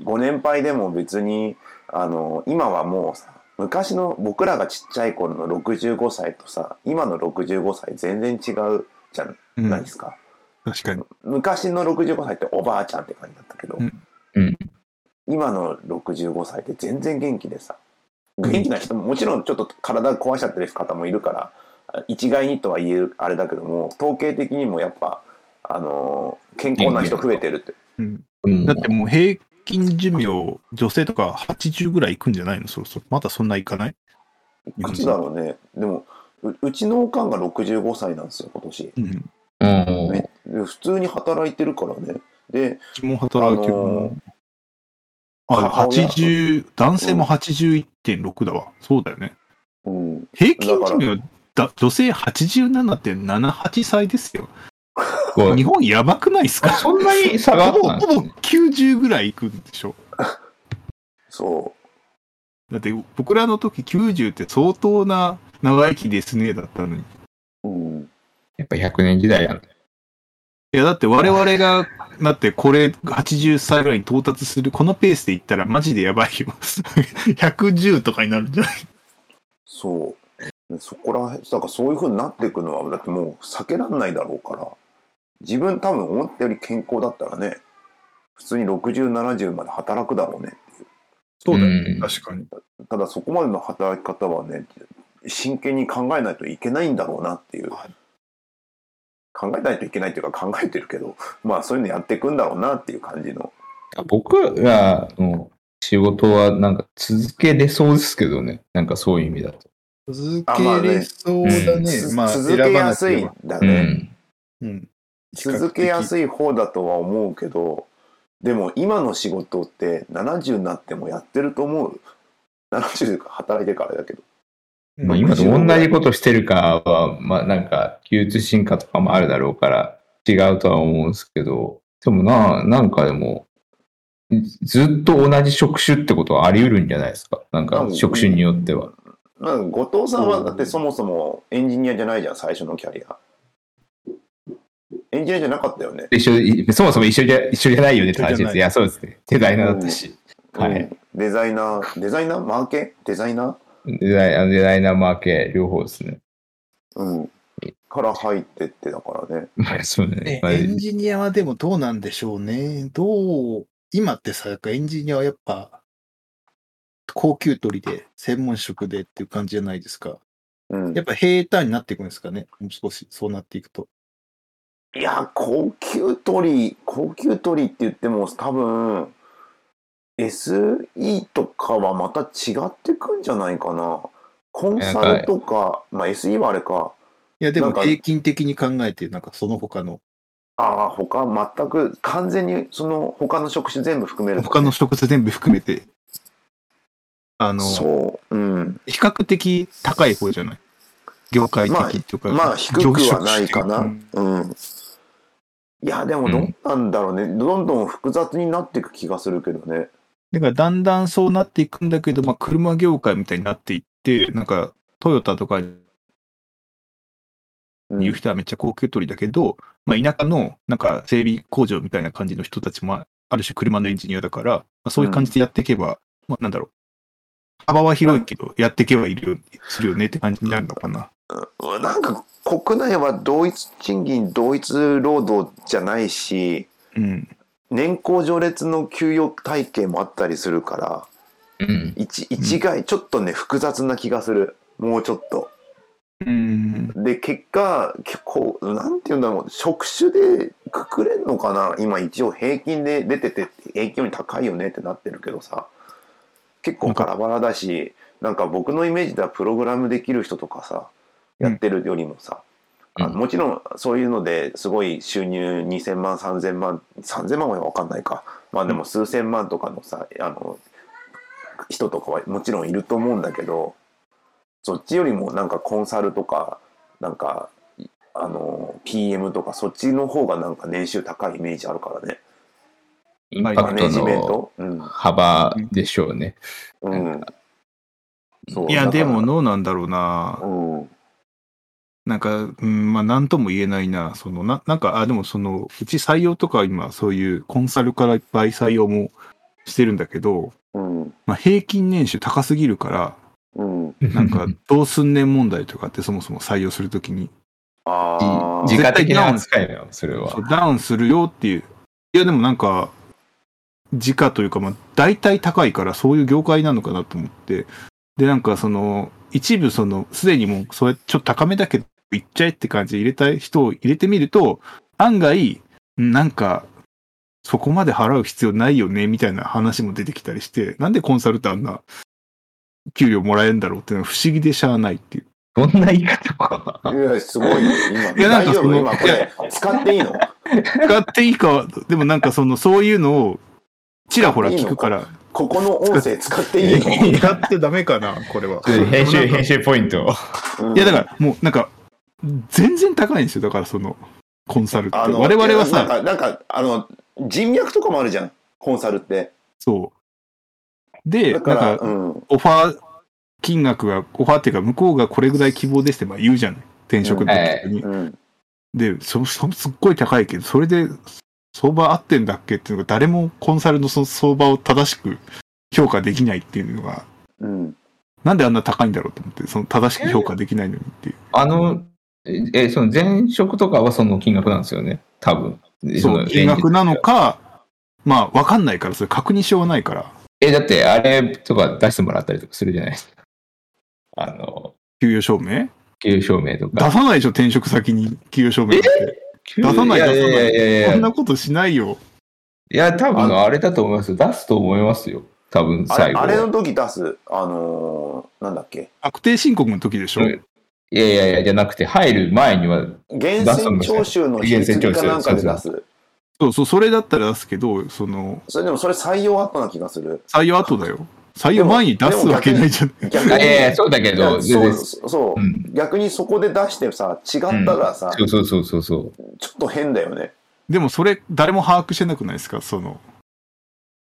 A: ご年配でも別にあの今はもうさ昔の僕らがちっちゃい頃の65歳とさ今の65歳全然違うじゃ
C: うん
A: ないですか、
C: 確かに。
A: 昔の65歳っておばあちゃんって感じだったけど、
C: うん
B: うん
A: 今の65歳って全然元気でさ元気な人ももちろんちょっと体壊しちゃってる方もいるからあ一概にとは言えるあれだけども統計的にもやっぱ、あのー健康な人増えてるって
C: うん、
B: うん
C: だってもう平均寿命、女性とか80ぐらいいくんじゃないのそろそろ。まだそんないかない
A: いくつだろうねでもううちのおかんが65歳なんですよ今年、
C: うん。う
B: うん
A: ねで普通に働いてるからねで
C: ちも働いてる
A: あの
C: の
A: ー。
C: あ、
A: 母親
C: 80、男性も81.6だわ。そうだよね。
A: うん
C: 平均寿命、だ女性87.78歳ですよ。
B: こう
C: 日本やばくないですか
B: そんなに差があっ
C: ほぼ
B: たんです
C: ほぼ
B: ね。
C: 90ぐらいいくんでしょ
A: そ
C: だって僕らの時90って相当な長生きですねだったのに。
A: ううん
B: やっぱ100年時代なんだよ。
C: いやだって我々が、だってこれ80歳ぐらいに到達するこのペースでいったらマジでやばいよ。110とかになるんじゃない
A: そう。そこらへん、だからそういう風になっていくのは、だってもう避けられないだろうから、自分多分思ったより健康だったらね、普通に60、70まで働くだろうね。
C: そう
B: だよねうん
C: 確かに。
A: ただそこまでの働き方はね、真剣に考えないといけないんだろうなっていう。
C: はい
A: 考えないといけないっていうか考えてるけど、まあそういうのやっていくんだろうなっていう感じの。
B: 僕らの仕事はなんか続けれそうですけどね。なんかそういう意味だと。
C: 続
A: あまあ
C: け
A: ね
C: れそうだね
A: つ。
C: まあ、
A: 続けやす
C: 選
A: い
C: ばなければ
A: んだ
B: う
A: ね。
B: ん。
C: うん。
A: 続けや
C: い。
A: すい方だとは思うけどでも今の仕事って70になってもやってると思う70か働いてからだけど
B: まあ、今と同じことしてるかは、まあなんか、技術進化とかもあるだろうから、違うとは思うんですけど、でもな、なんかでも、ずっと同じ職種ってことはあり得るんじゃないですか。なんか、職種によっては。
A: なんか後藤さんはだってそもそもエンジニアじゃないじゃん最初のキャリアエンジニアじゃなかったよね、
B: 一緒、いそもそも一緒じゃ、一緒じゃないよねって話
C: 一緒じゃ
B: で
C: ない
B: す。いや、そうですね。デザイナーだったし。はい
A: うんデザイナーデザイナーマーケデザイナ
B: デザイあのデザイナーマーケ、両方ですね。
A: ーうんから入ってってだからね
B: まあ、そうね
C: ね。
B: まあ
C: エンジニアはでもどうなんでしょうね。どう、今ってさ、やっぱエンジニアはやっぱ、高給取りで、専門職でっていう感じじゃないですか。
A: うん
C: やっぱ平坦になっていくんですかね。もう少し、そうなっていくと。
A: いや、高級鳥、高級鳥って言っても多分、SE とかはまた違ってくんじゃないかな。コンサルとか、まあ SE はあれか、
C: いや、で
A: なん
C: も
A: か
C: 平均的に考えて、なんかその他の。
A: ああ、他全く完全にその他の職種全部含めると。
C: 他の職種全部含めて、あの、
A: そう、うん。
C: 比較的高い方じゃない業界的というか。
A: まあ低くはないかな。
C: う
A: うんん。いや、でもどうなんだろうね。どんどん複雑になっていく気がするけどね。
C: だからだんだんそうなっていくんだけど、まあ、車業界みたいになっていって、なんかトヨタとかに
A: うん
C: いる人はめっちゃ高級取りだけど、まあ、田舎のなんか整備工場みたいな感じの人たちもある種車のエンジニアだから、まあ、そういう感じでやっていけば、まあ、なんだろう。幅は広いけど、やっていけばいるよするよねって感じになるのかな。
A: なんか国内は同一賃金同一労働じゃないし
C: うん。
A: 年功序列の給与体系もあったりするから
B: うん。
A: 一一概ちょっとね複雑な気がするもうちょっと。
C: うん。
A: で結果結構なんていうんだろう職種でくくれんのかな今一応平均で出てて影響に高いよねってなってるけどさ結構バラバラだしなんか僕のイメージではプログラムできる人とかさ
C: うん
A: やってるよりもさ、あ
B: うん
A: もちろんそういうのですごい収入2,000万3,000万3,000万は分かんないかまあでも数千万とかのさあの人とかはもちろんいると思うんだけどそっちよりもなんかコンサルとかなんかいあの PM とかそっちの方がなんか年収高いイメージあるからね
B: インパ
A: マ
B: ク
A: ネ
B: ト
A: ジメン
B: の
A: トうん、
B: 幅でしょうね。
A: うん、そう
C: いや、
A: だから
C: でも、どうなんだろうな。
A: うん、
C: なんか、うん、まあ、なんとも言えないな。その、な、なんか、あ、でもその、うち採用とか今、そういうコンサルからいっぱい採用もしてるんだけど、
A: うん
C: まあ、平均年収高すぎるから、
A: うん
B: な
C: なんか、同寸年問題とかってそもそも採用するときに
A: あ
B: じ
A: ー
C: じ
B: 自家的な扱いだよ、それは
C: そ。うダウンするよっていう。いや、でもなんか、時価というか、まあ、大体高いから、そういう業界なのかなと思って。で、なんか、その、一部、その、すでにもう、それ、ちょっと高めだけど、いっちゃえって感じで入れたい人を入れてみると、案外、なんか、そこまで払う必要ないよね、みたいな話も出てきたりして、なんでコンサルタントあんな、給料もらえるんだろうっていうのは不思議でしゃあないっていう。
B: どんな言い方か。
A: いや、すごいよ、今。
C: いやな
A: 大
C: んか
A: 丈
C: そ
A: 夫
C: の
A: 今こ
C: い
A: れ、使っていいの
C: 使っていいかは、でもなんかその、そういうのを、ちらほら聞くから、
A: ここの音声使っていいの
C: やってダメかな、これは。
B: 編集、編
C: 集。
B: 集ポイント。
A: うん
C: いや、だから、もう、なんか、全然高いんですよ。だから、その、コンサルって。
A: あの
C: 我々はさ、
A: なんか、なんかあの、人脈とかもあるじゃん、コンサルって。
C: そう。で、
A: だ
C: なん
A: から、
C: か、
A: うん。
C: オファー金額が、オファーっていうか、向こうがこれぐらい希望ですって、まあ言うじゃない。転職の時に。
A: うん。
C: で、そ、そ、すっごい高いけど、それで、相場合ってんだっけっていうのが、誰もコンサルのその相場を正しく評価できないっていうのが、
A: うん。
C: なんであんな高いんだろうと思って、その正しく評価できないのにっていう。
B: あの、え、その前職とかはその金額なんですよね、多分。
C: そう、
B: の
C: 金額なのか、まあ、わかんないから、それ確認しようがないから、
B: え、だってあれとか出してもらったりとかするじゃないですか。あの、
C: 給与証明
B: 給与証明と
C: 出
B: か。
C: さないでしょ、転職先に給与証明って。
B: 出
C: さない
B: いやいやいやいやいや
C: こんなことしないよ。
B: いや、多分あれだと思いますよ。出すと思いますよ。多分
A: あれ
B: 最後。
A: あれの時出す、あのーなんだっけ、
C: 確定申告の時でしょ。
B: うんいやいやいや、じゃなくて、入る前には、
A: 源泉徴収の引き継ぎかなんかで出す。
C: そうそう、それだったら出すけど、その、
A: それでもそれ採用あったような気がす る。
C: 採用後だよ。採用前に出すわけないじゃん。
A: 逆
B: い
A: に。
B: やいや、そうだけ
A: いや
B: ど、全
A: そう
B: 然
A: そうそう、
B: うん
A: 逆にそこで出してさ、違ったらさ、
B: そうそうそうそうそう。
A: ちょっと変だよね。
C: でも、それ、誰も把握してなくないですか、その。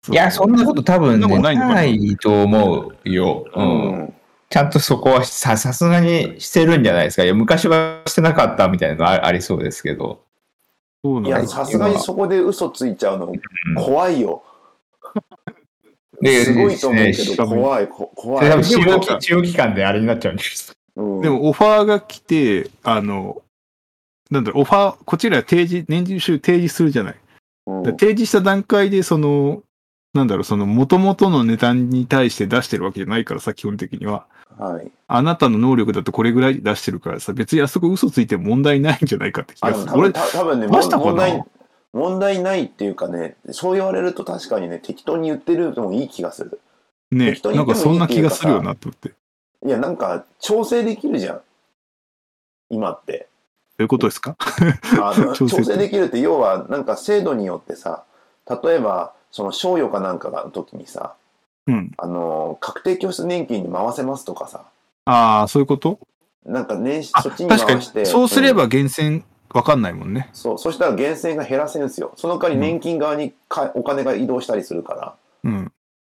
B: いや、そんなこと多分、
C: そんなこ
B: ね、
C: とないのかな
B: ないと思うよ。うん。
A: うん
B: ちゃんとそこはさ、さすがにしてるんじゃないですか。いや、昔はしてなかったみたいなのあありそうですけど。
C: そう
A: い
C: なん
A: や、
C: です
A: さすがにそこで嘘ついちゃうの怖いよ。
B: です
A: ごいと思う
B: ね
A: け
B: し
A: ど、怖い、こ
B: そ
A: 怖
B: れ
A: い
B: 多。分
C: で
B: 使
C: もな
B: 用
C: んか
B: 期、使用期間であれになっちゃうんです。
A: うん
C: でもオファーが来て、あの、なんだろう、オファー、こちら提示、年次収提示するじゃない。
A: うん
C: だから提示した段階で、その、なんだろう、その、元々の値段に対して出してるわけじゃないからさ、基本的には。
A: はい。
C: あなたの能力だとこれぐらい出してるからさ、別にあそこ嘘ついても問題ないんじゃないかって気
A: あ
C: が
A: の
C: する。
A: 多分
C: 俺、
A: た多分ね、
C: 出したかな
A: 問題、問題ないっていうかね、そう言われると確かにね、適当に言ってるのもいい気がする。
C: ね
A: 適、当に
C: な
A: 言
C: ん
A: って
C: か
A: もいい
C: そんな気がするよなと思って。
A: い
C: ど
A: や、なんか、調整できるじゃん。今って。
C: ういうことですか
A: あの
C: 調
A: 調
C: 整
A: 整できるって、要は、なんか制度によってさ、例えば、その賞与かなんかの時にさ、
C: うん。
A: あの、確定拠出年金に回せますとかさ、
C: ああ、そういうこと
A: なんか年、
C: あ、
A: そっち
C: 確
A: に
C: か
A: 回して。
C: に。そうすれ
A: ん
C: ば厳選わかんないもんね。
A: そう、そしたら源泉が減らせるんですよ。その代わり年金側にかお金が移動したりするから、
C: うん。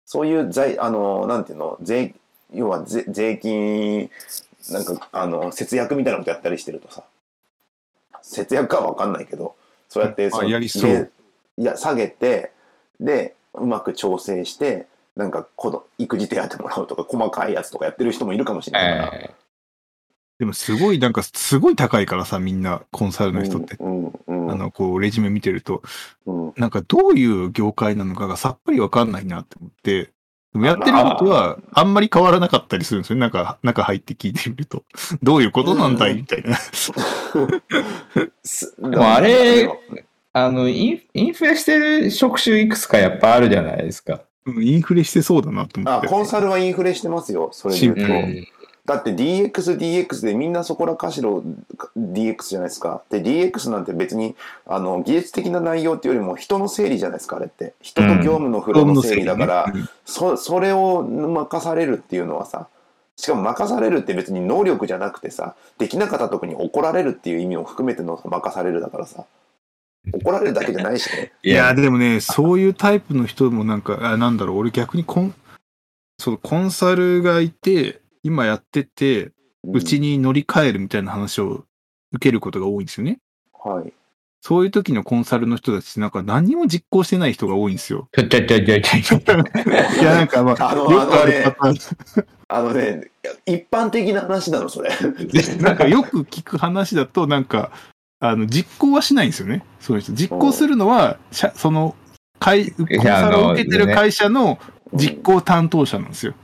A: そういう財、あの、なんていうの、税、要は税税金、なんか、あの、節約みたいなことやったりしてるとさ、節約かはわかんないけど、そうやっ
C: う
A: て
C: ん
A: その、
C: あやりそう
A: でいや、下げて、で、うまく調整して、なんか、この、育児手当もらうとか、細かいやつとかやってる人もいるかもしれないから。
B: え
C: でもすごい、なんかすごい高いからさ、みんな、コンサルの人って。
A: うん、うん、うん
C: あの、こう、レジュメ見てると、
A: うん
C: なんかどういう業界なのかがさっぱりわかんないなって思って、でもやってることはあんまり変わらなかったりするんですよね。なんか、中入って聞いてみると。どういうことなんだいみたいな。
A: す
B: ーでもあれ、あのイン、インフレしてる職種いくつかやっぱあるじゃないですか。
C: うんインフレしてそうだなと思っ
A: あ
C: て。
A: コンサルはインフレしてますよ、それで言うと。
C: シンプル
A: だって DX、DX でみんなそこらかしろ DX じゃないですか。で、DX なんて別にあの技術的な内容っていうよりも人の整理じゃないですか、あれって。人と業務のフローの整理だから、
C: うん
A: そそれを任されるっていうのはさ、しかも任されるって別に能力じゃなくてさ、できなかった時に怒られるっていう意味を含めての任されるだからさ、怒られるだけじゃないし ね。
C: いや、でもね、そういうタイプの人もなんか、あなんだろう、俺逆にコン、そのコンサルがいて、今やってて、うちに乗り換えるみたいな話を受けることが多いんですよね。
A: はい。
C: そういう時のコンサルの人たちってなんか何も実行してない人が多いんですよ。
B: ちょちょちょちょち ょちょ。
C: いや、なんかまあ、
A: あ
C: よ
A: の
C: くある
A: あのね
C: パターン
A: あのね、一般的な話なの、 それ。
C: なんかよく聞く話だと、なんか、あの、実行はしないんですよね。そういう人。実行するのは、社その、会、コン
B: や
C: サルを受けて
B: あの
C: る
B: ね
C: 会社の実行担当者なんですよ。
A: うん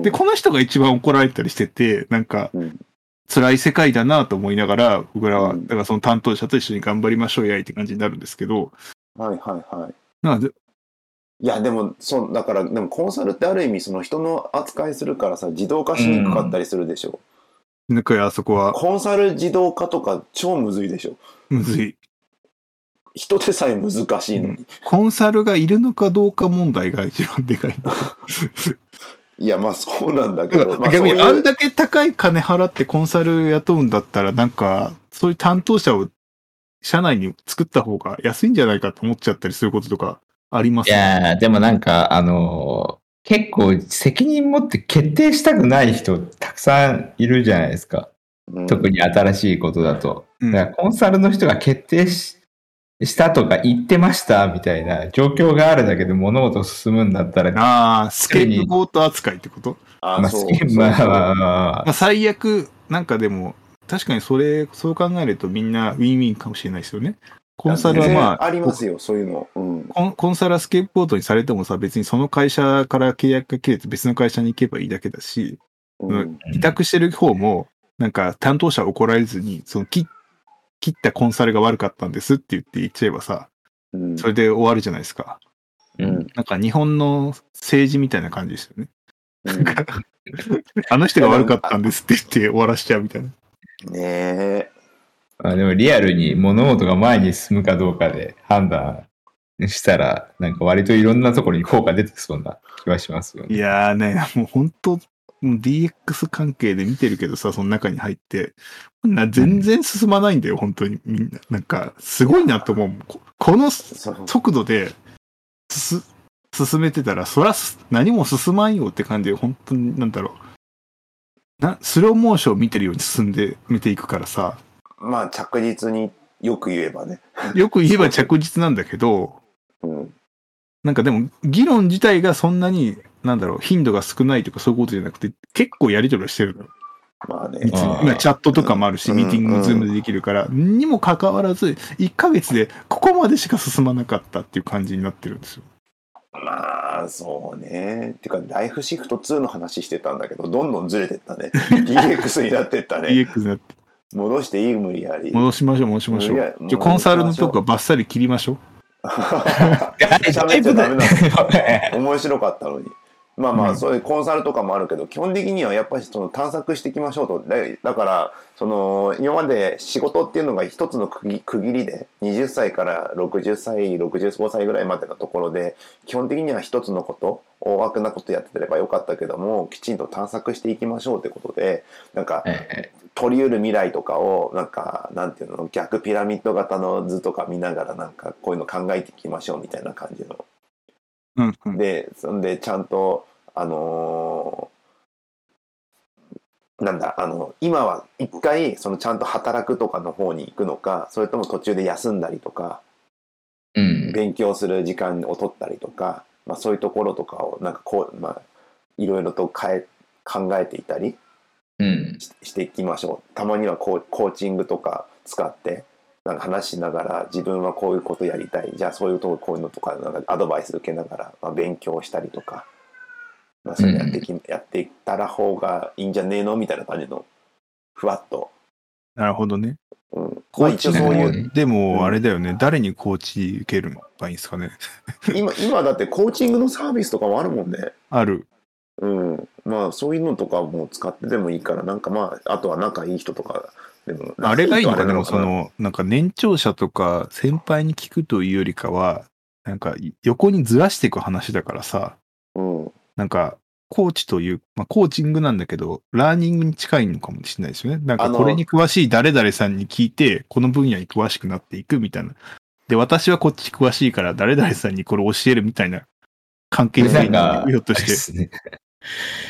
C: で、この人が一番怒られたりしてて、なんか
A: うん、
C: 辛い世界だなと思いながら、僕らは、
A: うん
C: だからその担当者と一緒に頑張りましょうやいって感じになるんですけど、
A: はいはいはい。
C: なんかで
A: いやでもそうだからでもコンサルってある意味その人の扱いするからさ自動化しにくかったりするでしょ、
C: なんかあそこは
A: コンサル自動化とか超むずいでしょ
C: むずい。
A: 人手さえ難しいのに、
C: コンサルがいるのかどうか問題が一番でかい。
A: いやまあそうなんだけ
C: だか
A: ど、ま
C: ら
A: あ、そう
C: 逆
A: い
C: にあん
A: う
C: だけ高い金払ってコンサル雇うんだったらなんかそういう担当者を社内に作った方が安いんじゃないかと思っちゃったりすることとかありま
B: い
C: すね。
B: やーでもなんか、あのー結構責任持って決定したくない人たくさんいるじゃないですか。
A: うん
B: 特に新しいことだと。
C: うん
B: だからコンサルの人が決定ししたとか言ってましたみたいな状況があるだけで物事進むんだったら、ま
C: ああ、スケープゴート扱いってこと、
A: あ
B: あ、
A: そう
B: 好きまあまあまあ
C: まあ、最悪なんかでも確かにそれそう考えるとみんなウィンウィンかもしれないですよね。コンサルはま
A: 全然
C: あ
A: ありますよそういうの、うん、
C: コンコンサルはスケープゴートにされてもさ別にその会社から契約が切れて別の会社に行けばいいだけだし、
A: うん
C: うん委託してる方も、なんか担当者怒られずに、その切切ったコンサルが悪かったんですって言って言っちゃえばさ、
A: うん
C: それで終わるじゃないですか。
B: うん
C: なんか日本の政治みたいな感じですよね。
A: うんね
C: あの人が悪かったんですって言って終わらしちゃうみたいな。
A: え
B: まあでもリアルに物事が前に進むかどうかで判断したら、なんか割といろんなところに効果出てきそうな気はしますよね。
C: いやーね、もう本当、もう DX 関係で見てるけどさ、その中に入って、こんな全然進まないんだよ、本当にみんな。なんか、すごいなと思う。ここの
A: そう
C: 速度です進めてたらそらす何も進まんよって感じで本当になんだろうなスローモーションを見てるように進んで見ていくからさ
A: まあ着実によく言えばね、
C: よく言えば着実なんだけど
A: うん、
C: なんかでも議論自体がそんなになんだろう頻度が少ないとかそういうことじゃなくて結構やり取りはしてるのよ
A: まあね
B: あー
C: 今チャットとかもあるし
A: うん
C: ミーティン
A: う
C: グも
A: ん
C: ズームでできるからにもかかわらず1ヶ月でここまでしか進まなかったっていう感じになってるんですよ
A: まあそうねてかライフシフト2の話してたんだけどどんどんずれてったね DX になってったね
C: DX になって
A: 戻していい無理やり
C: 戻しましょう戻 しましょ
A: いや
C: うじゃ
A: 戻しましょう
C: あコンサルのとこはバッサリ切りましょう
A: 喋っちゃダメな
B: だ
A: の面白かったのにまあま
C: うん
A: あそういうコンサルとかもあるけど基本的にはやっぱりその探索していきましょうとだだからその今まで仕事っていうのが一つの区切区切りで20歳から60歳65歳ぐらいまでのところで基本的には一つのこと大枠なことやってればよかったけどもきちんと探索していきましょうってことでなん か取り得る未来とかをなんかなんていうの逆ピラミッド型の図とか見ながらなんかこういうの考えていきましょうみたいな感じの
C: うんうん
A: でそんでちゃんとあのーなんだあの今は一回そのちゃんと働くとかの方に行くのかそれとも途中で休んだりとか
B: うん。
A: 勉強する時間を取ったりとか、まあ、そういうところとかをなんかこう、まあ、いろいろと変え考えていたり
B: うん。
A: ししていきましょうたまにはこうコーチングとか使ってなんか話しながら自分はこういうことやりたいじゃあそういうとここういうのとかなんかアドバイス受けながら、まあ、勉強したりとか、まあ、そういうのやってき、やっていったら方がいいんじゃねえのみたいな感じのふわっと、
C: なるほどね。
A: うん、
C: コーチ
A: まあ一応そういう
B: ね
C: でも、あれだよね。誰にコーチ受けるのがいいんですかね。
A: 今今だってコーチングのサービスとかもあるもんね。
C: ある。
A: うん、まあそういうのとかも使ってでもいいからなんかまああとは仲いい人とかでも
C: あれがいいのか
A: 仲
C: で
A: 人
C: も、
A: と
C: その、なんか年長者とか先輩に聞くというよりかは、なんか横にずらしていく話だからさ、
A: うん
C: なんか、コーチという、まあ、コーチングなんだけど、ラーニングに近いのかもしれないですよね。なんか、
A: あの
C: これに詳しい誰々さんに聞いて、この分野に詳しくなっていくみたいな。で、私はこっち詳しいから、誰々さんにこれ教えるみたいな関係性に
B: なんか
C: ひょっと
B: で
C: して。
B: すね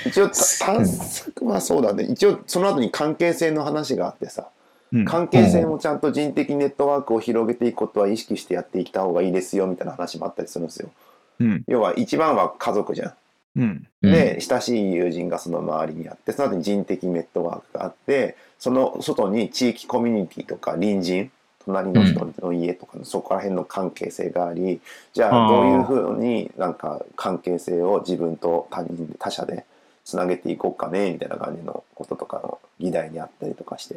A: 一応た探索はそうだね一応その後に関係性の話があってさ
C: うん
A: 関係性もちゃんと人的ネットワークを広げていくことは意識してやっていった方がいいですよみたいな話もあったりするんですよ。
C: うん。
A: 要は一番は家族じゃん。
C: うん。
A: で、親しい友人がその周りにあって、その後に人的ネットワークがあって、その外に地域コミュニティとか隣人、隣の人の家とかのそこら辺の関係性があり、じゃ
C: あ
A: あ
C: ー
A: どういうふうになんか関係性を自分と他人で他者でつなげていこうかね、みたいな感じのこととかの議題にあったりとかして。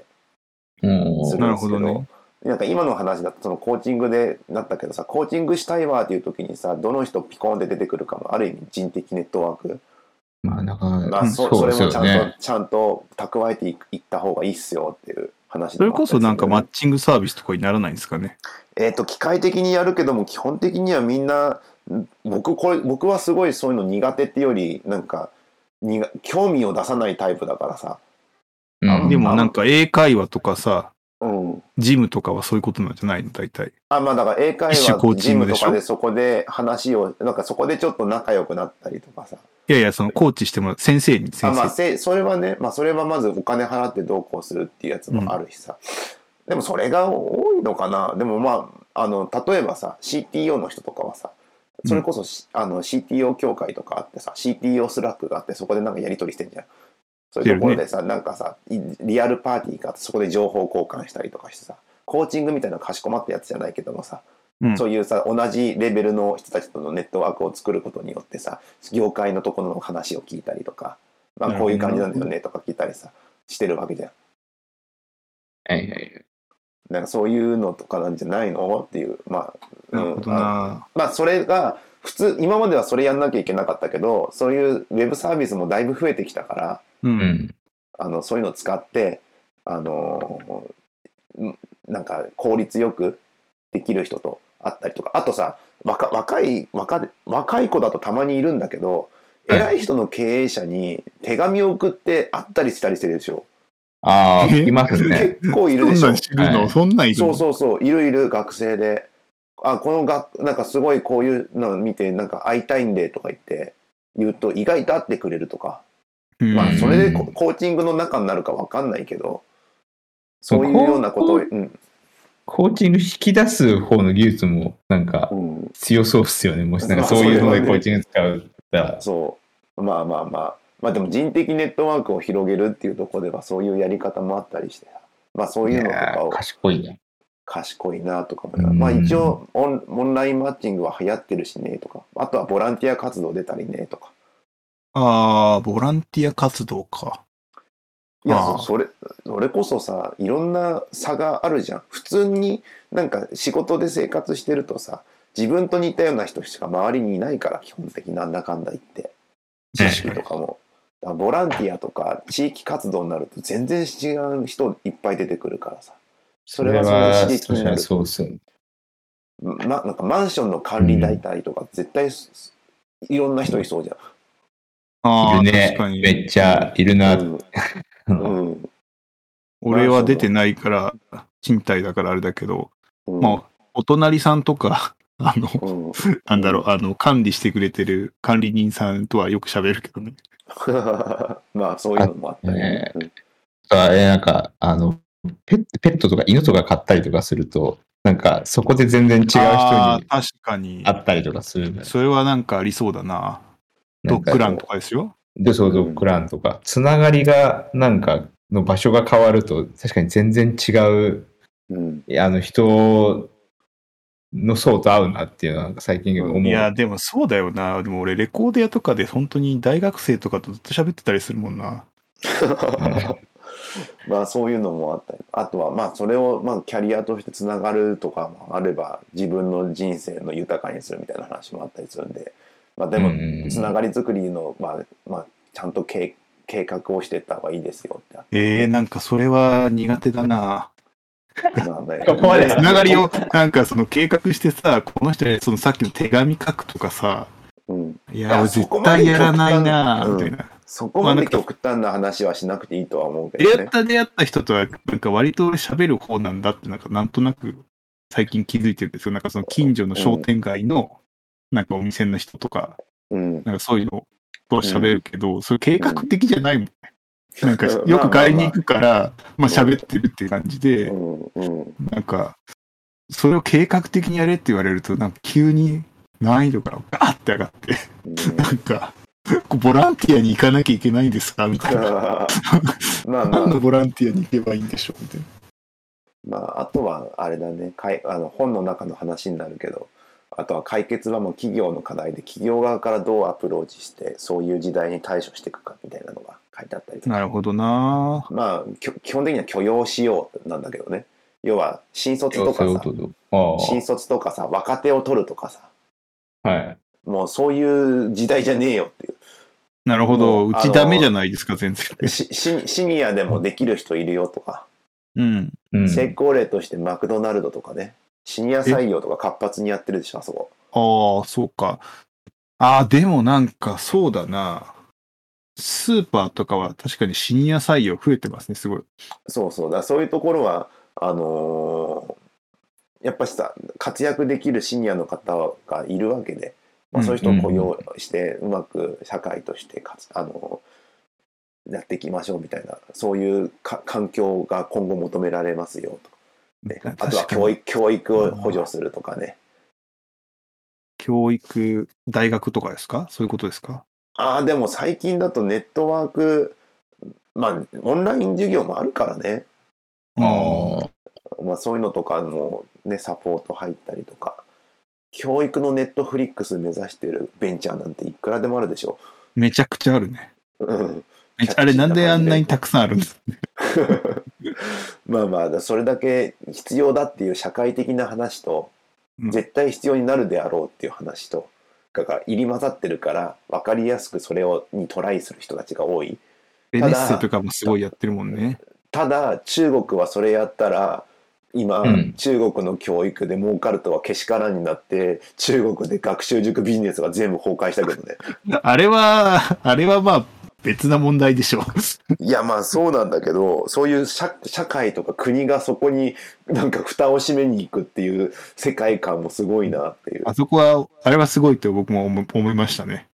B: うん
A: するん
C: なる
A: です
C: ほ
A: けど
C: どね。
A: なんか今の話だとそのコーチングでなったけどさコーチングしたいわっていう時にさどの人ピコンって出てくるかもある意味人的ネットワーク、
B: まあ、なかな
A: ま
B: か、
A: あ、
B: ん
A: そ
B: そ
A: そうれ
B: です
A: もちゃん
B: よ
A: と、
B: ね。
A: ちゃんと蓄えていくいった方がいいっすよっていう話
C: そ
A: で
C: れ
A: もあ
C: こ
A: ったりするよ
C: そ
A: ね
C: なんかマッチングサービスとかにならないんですかね。
A: えっ、と機械的にやるけども基本的にはみんなん僕これ僕はすごいそういうの苦手っていうよりなんかにが興味を出さないタイプだからさ、
B: うん
C: でもなんか英会話とかさ、
A: うん、
C: ジムとかはそういうことなんじゃないの大体。
A: あまあだから英会
C: 一種コ
A: 話
C: ーチ
A: ジ
C: ン
A: ム
C: グ
A: と
C: でしょ
A: かでそこで話をなんかそこでちょっと仲良くなったりとかさ
C: いやいや、そのコーチしてもらう。先生に、
A: あ
C: 先
A: まあ、
C: 生。
A: せそれはね、まあ、それはまずお金払ってどうこうするっていうやつもあるしさ、でもそれが多いのかなでもまああの例えばさ CTO の人とかはさそれこそし、あの CTO 協会とかあってさ CTO スラックがあってそこでなんかやり取りしてんじゃんそういうところでさ、なんかさいリアルパーティーがあってそこで情報交換したりとかしてさコーチングみたいなかしこまったやつじゃないけどもさ
C: うん
A: そういうさ同じレベルの人たちとのネットワークを作ることによってさ業界のところの話を聞いたりとか、まあ、こういう感じなんだよねとか聞いたりさしてるわけじゃん。
B: はいはい
A: なんかそういうのとかなんじゃないのっていうまあ,、
C: なる
A: う
C: ほ
A: ん、
C: ど
A: あ
C: な。
A: まあそれが普通今まではそれやんなきゃいけなかったけどそういうウェブサービスもだいぶ増えてきたから
C: う。
B: うんん。
A: あのそういうのを使ってあのんなんか効率よくできる人と会ったりとかあとさ若若い若若い子だとたまにいるんだけど
B: はい
A: 偉い人の経営者に手紙を送って会ったりしたりしてるでしょ
B: ああ、聞きますね。
A: 結構い
C: そ
A: る
C: ん
A: でし
C: な
A: ょ
C: ん知るのそんなんいる
A: そ
C: の
A: うそうそういるいる学生であこの学なんかすごいこういうの見てなんか会いたいんでとか言って言うと意外と会ってくれるとか
C: うん
A: まあそれでこ
B: うん
A: コーチングの中になるかわかんないけどそういうようなことを、うん
B: コーチング引き出す方の技術も、なんか
A: う、ん、
B: 強そうっすよね。もし、なんか
A: まあ
B: そういうの
A: そう
B: で
A: ね
B: コーチング使うら。
A: そうまあまあまあまあでも人的ネットワークを広げるっていうところではそういうやり方もあったりしてまあそう
B: い
A: いうのと
B: や
A: か
B: ー
A: を
B: 賢いね。
A: 賢いなとかも、
B: うん
A: まあ一応オンオンラインマッチングは流行ってるしねとかあとはボランティア活動出たりねとか
C: ああ、ボランティア活動か。
A: いや
C: あ
A: そ
C: あ
A: それそれこそさいろんな差があるじゃん普通になんか仕事で生活してるとさ自分と似たような人しか周りにいないから基本的になんだかんだ言って知識とかもだからボランティアとか地域活動になると全然違う人いっぱい出てくるからさそれはそれで刺激になる
B: そうっすよね。
A: ま、なんかマンションの管理大体とか絶対す、いろんな人いそうじゃん
C: ああ、
B: いる
C: 確か
B: ね。め
C: に。
B: っちゃいるな。
A: うんうん
C: 俺は出てないから、賃貸だからあれだけど、
A: うん
C: まあ、お隣さんとか、 あの、
A: うん
C: なんだろう、あの、管理してくれてる管理人さんとはよく喋るけどね。
A: まあそういうのもあったり
B: ね
A: ね。うん
B: あえなんか、あの、ペッペットとか犬とか飼ったりとかすると、なんか、そこで全然違う人に
C: あ
B: 会
C: ー確かに。
B: ったりとかするんだよ
C: それはなんかありそうだな。
B: な
C: ド
B: んか
C: ッグランとかですよ。
B: で、そう、ドッグランとか、つながりが、なんか、の場所が変わると、確かに全然違う、
A: うん、
B: いやあの、人の層と合うなっていうのは、なんか最近思う。
C: いや、でもそうだよな。でも俺、レコード屋とかで本当に大学生とかとずっと喋ってたりするもんな。
A: まあそういうのもあったりあとはまあそれをまあキャリアとしてつながるとかもあれば自分の人生の豊かにするみたいな話もあったりするんで、まあ、でも
B: うん
A: つながり作りの、まあまあ、ちゃんと計計画をしていった方がいいですよってあっ
C: えー、なんかそれは苦手だな。
A: てまあ ね
B: ここまで
C: つながりを、なんかその計画してさ、この人にそのさっきの手紙書くとかさ、
A: うん、
C: い
A: いや
C: や、俺絶対やらないな、
A: そこま
C: み
A: で
C: た
A: 極端そこま
C: いな。
A: で極端な話はしなくていいとは思うけ
C: 出
A: ど
C: 会
A: ね
C: っ。た出会った人とは、なんか割と俺喋る方なんだって、なんかなんとなく最近気づいてるんですよ。なんかその近所の商店街の、なんかお店の人とか、
A: うん、
C: なんかそういうのと喋るけど、それ計画的じゃないもん。なんか、よく買いに行くから、まあ喋ってるっていう感じで、
A: うん うん
C: なんか、それを計画的にやれって言われると、なんか急に難易度からガーって上がって、
A: うん
C: なんか、ボランティアに行かなきゃいけないんですかみたいな。
A: まあま
C: 何の
A: あ、
C: ボランティアに行けばいいんでしょうみたいな。
A: まあ、あとはあれだねかいあの本の中の話になるけどあとは解決はもう企業の課題で企業側からどうアプローチしてそういう時代に対処していくかみたいなのが書いてあったりとか
C: なるほどな
A: まあきょ基本的には許容しようなんだけどね要は新卒と
B: そ
A: か
B: ういう
A: さ
B: ことであ
A: 新卒とかさ若手を取るとかさ
B: あ。はい。
A: もうそういう時代じゃねえよっていう
C: なるほ
A: も
C: ど。
A: う
C: う
A: あ
C: ち
A: の
C: ダメじゃないですか、全然。
A: しシシニアでもできる人いるよとか、
C: うん。
B: うん。
A: 成功例としてマクドナルドとかねシニア採用とか活発にやってるでしょあそこ
C: ああ、そうか。ああ、でもなんか、そうだなスーパーとかは確かにシニア採用増えてますね、すごい。
A: そうそうだからそういうところはあのーやっぱしさ活躍できるシニアの方がいるわけで、まあ、そういう人を雇用してうまく社会としてかつ、あのーやっていきましょうみたいなそういうか環境が今後求められますよとかね、
C: 確
A: あ
C: かに
A: とは教育教育を補助するとかね
C: 教育、大学とかですかそういうことですか
A: ああでも最近だとネットワークまあオンライン授業もあるからね、
B: ああ。
A: まあ、そういうのとかもねサポート入ったりとか教育のネットフリックス目指してるベンチャーなんていくらでもあるでしょ、
C: めちゃくちゃあるね。
A: うん、
C: めちゃあれなんであんなにたくさんあるんです
A: まあまあそれだけ必要だっていう社会的な話と
C: うん
A: 絶対必要になるであろうっていう話とがが入り混ざってるから分かりやすくそれをにトライする人たちが多い
C: ベネッセとかもすごいやってるもんね。
A: ただ中国はそれやったら今、
B: うん
A: 中国の教育で儲かるとはけしからんになって中国で学習塾ビジネスが全部崩壊したけどね
C: あれは、 あれはまあ別な問題でしょう。
A: いやまあそうなんだけどそういう社社会とか国がそこになんか蓋を閉めに行くっていう世界観もすごいなっていう
C: あそこは、あれはすごいと僕も思思いましたね。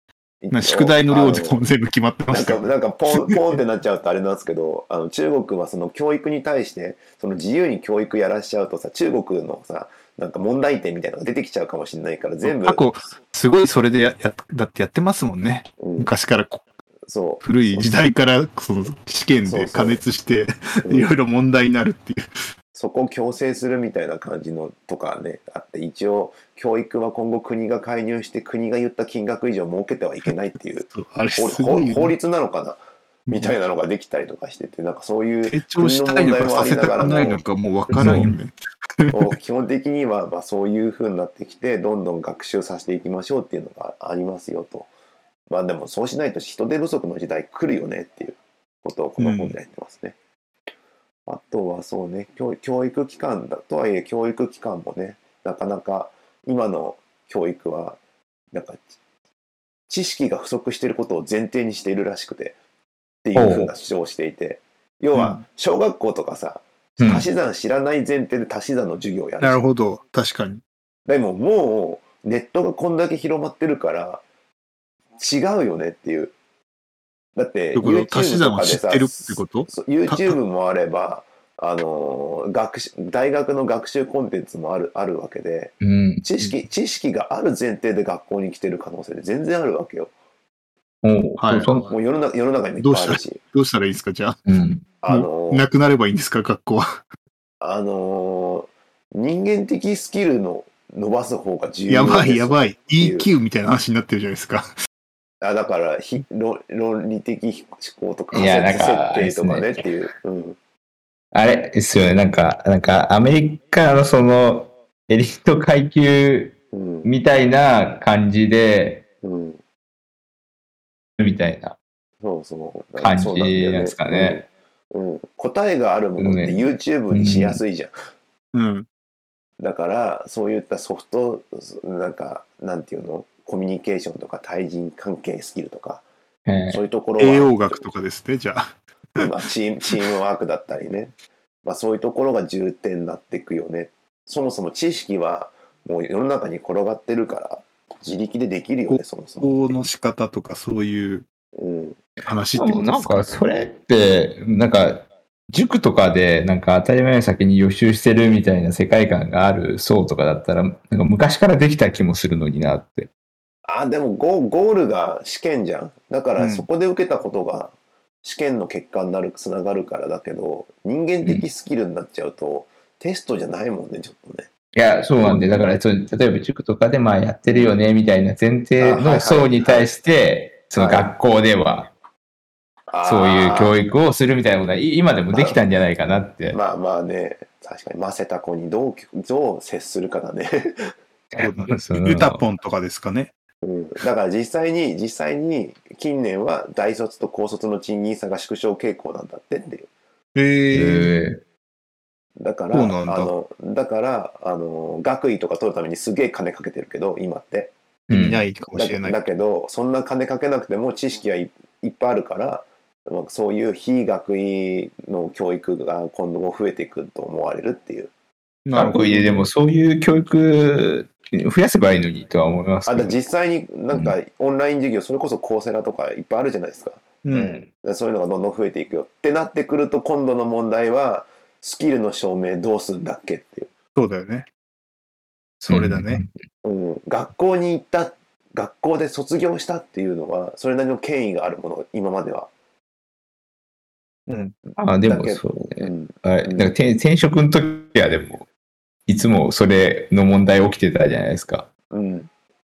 C: なんか宿題の量でも全部決まってま
A: なん
C: した
A: か
C: よ。
A: なんかポンポンってなっちゃうとあれなんですけどあの中国はその教育に対してその自由に教育やらしちゃうとさ中国のさなんか問題点みたいなのが出てきちゃうかもしれないから全部
C: 過去、すごいそれでや、やだってやってますもんね。
A: うん、
C: 昔からこ
A: そ
C: 古い時代からその試験
A: そうそう
C: で加熱して
A: う
C: いろいろ問題になるっていう。
A: そこを強制するみたいな感じのとかねあって一応教育は今後国が介入して国が言った金額以上儲けてはいけないっていう
C: あれ す
A: 法
C: ごいよね、
A: 法律なのかなみたいなのができたりとかしててなんかそういう
C: 成長したいのかさせたくないのかもうわからんよね。
A: こう基本的にはまあそういう風になってきてどんどん学習させていきましょうっていうのがありますよとまあでもそうしないと人手不足の時代来るよねっていうことをこの本でやってますね、あとはそうね教教育機関だとはいえ教育機関もねなかなか今の教育はなんか知識が不足していることを前提にしているらしくてっていう風な主張をしていて要
C: う
A: は
C: ん
A: 小学校とかさ、
B: うん
A: 足し算知らない前提で足し算の授業をやるし
C: なるほど。確かに。
A: でももうネットがこんだけ広まってるから違うよねっていうだって
C: ということ
A: YouTube
C: 足し算
A: と
C: を
A: か
C: 知
A: で
C: っ
A: さ
C: てるってこと
A: そう YouTube もあればあのー学習大学の学習コンテンツもあるあるわけで
B: うん。
A: 知識知識がある前提で学校に来てる可能性で全然あるわけよ
B: おう
C: はい
B: そ
A: もう世の中世の中にもいっぱいあるし
C: どうしたらいいですかじゃあ。
B: うん。
A: あのー
C: なくなればいいんですか学校は。
A: あのー人間的スキルの伸ばす方が重要
C: やばいや
A: い
C: ばい。
A: いう
C: EQ みたいな話になってるじゃないですか。
A: あだからひ論論理的思考とか
B: いやなんか
A: 設定とかねっ
B: あれですね
A: ていう、うん、
B: あれですよね。なんか、なんか、アメリカのその、エリート階級
A: うん
B: みたいな感じで、
A: うん、
B: みたいな
A: そうそう
B: 感じなんですか
A: そうなん
B: ね。。
A: だよねうんうん答えがあるものって YouTube にしやすいじゃん。
C: うん。
A: だからそういったソフトなんかなんていうのコミュニケーションとか対人関係スキルとか
B: ええ
A: そういうところは
C: 栄養学とかですね、じゃあ。
A: まあ、チームチームワークだったりね、まあ、そういうところが重点になっていくよねそもそも知識はもう世の中に転がってるから自力でできるよねそもそも
C: の仕方とかそういう
A: うん。
B: し
C: 話って
B: か
C: こと
B: も
C: です
B: なんかそれって、なんか塾とかでなんか当たり前の先に予習してるみたいな世界観がある層とかだったら、なんか昔からできた気もするのになって。
A: あ、でもゴゴールが試験じゃん。だか
C: う
A: ら
C: ん
A: そこで受けたことが試験の結果になる、つながるからだけど、人間的スキルになっちゃうと、テストじゃないもんね、ちょっとね。
B: いや、そうなんで、だから、そう例えば塾とかでまあやってるよね、みたいな前提
A: あはいは
B: の
A: い
B: 層に対して、その
A: はい
B: 学校では、
A: あー
B: そういう教育をするみたいなことが、い今でもできたんじゃないかなって。
A: まあまあね、確かに、ませた子にどう、どう接するかだね。
B: その
C: うたぽんとかですかね。
A: うん、だから実際に実際に近年は大卒と高卒の賃金差が縮小傾向なんだってっていう
C: ええ
B: え
A: だから
C: そうなんだ
A: あのだからあの学位とか取るためにすげえ金かけてるけど今って
B: ーうん
C: いないかも
A: だ
C: しれない。
A: だけどそんな金かけなくても知識はい、いっぱいあるからまあそういう非学位の教育が今後増えていくと思われるっていう
C: なる
B: 学
C: ほど。
B: 位ででもそういう教育増やせばいいのにとは思います
A: あ
B: け
A: だ
B: ど。
A: 実際になんかオンライン授業それこそコーセラとかいっぱいあるじゃないですか
C: うん
A: そういうのがどんどん増えていくよってなってくると今度の問題はスキルの証明どうするんだっけっていう、
C: そうだよね。それだね。
A: うん、学校に行った学校で卒業したっていうのはそれなりの権威があるもの今までは、
C: うん。
B: あで
A: だ
B: も
A: けど
B: そう
A: う
B: ね。
A: ん、
B: あれだから転転職の時はでも、いつもそれの問題起きてたじゃないですか。
A: うん、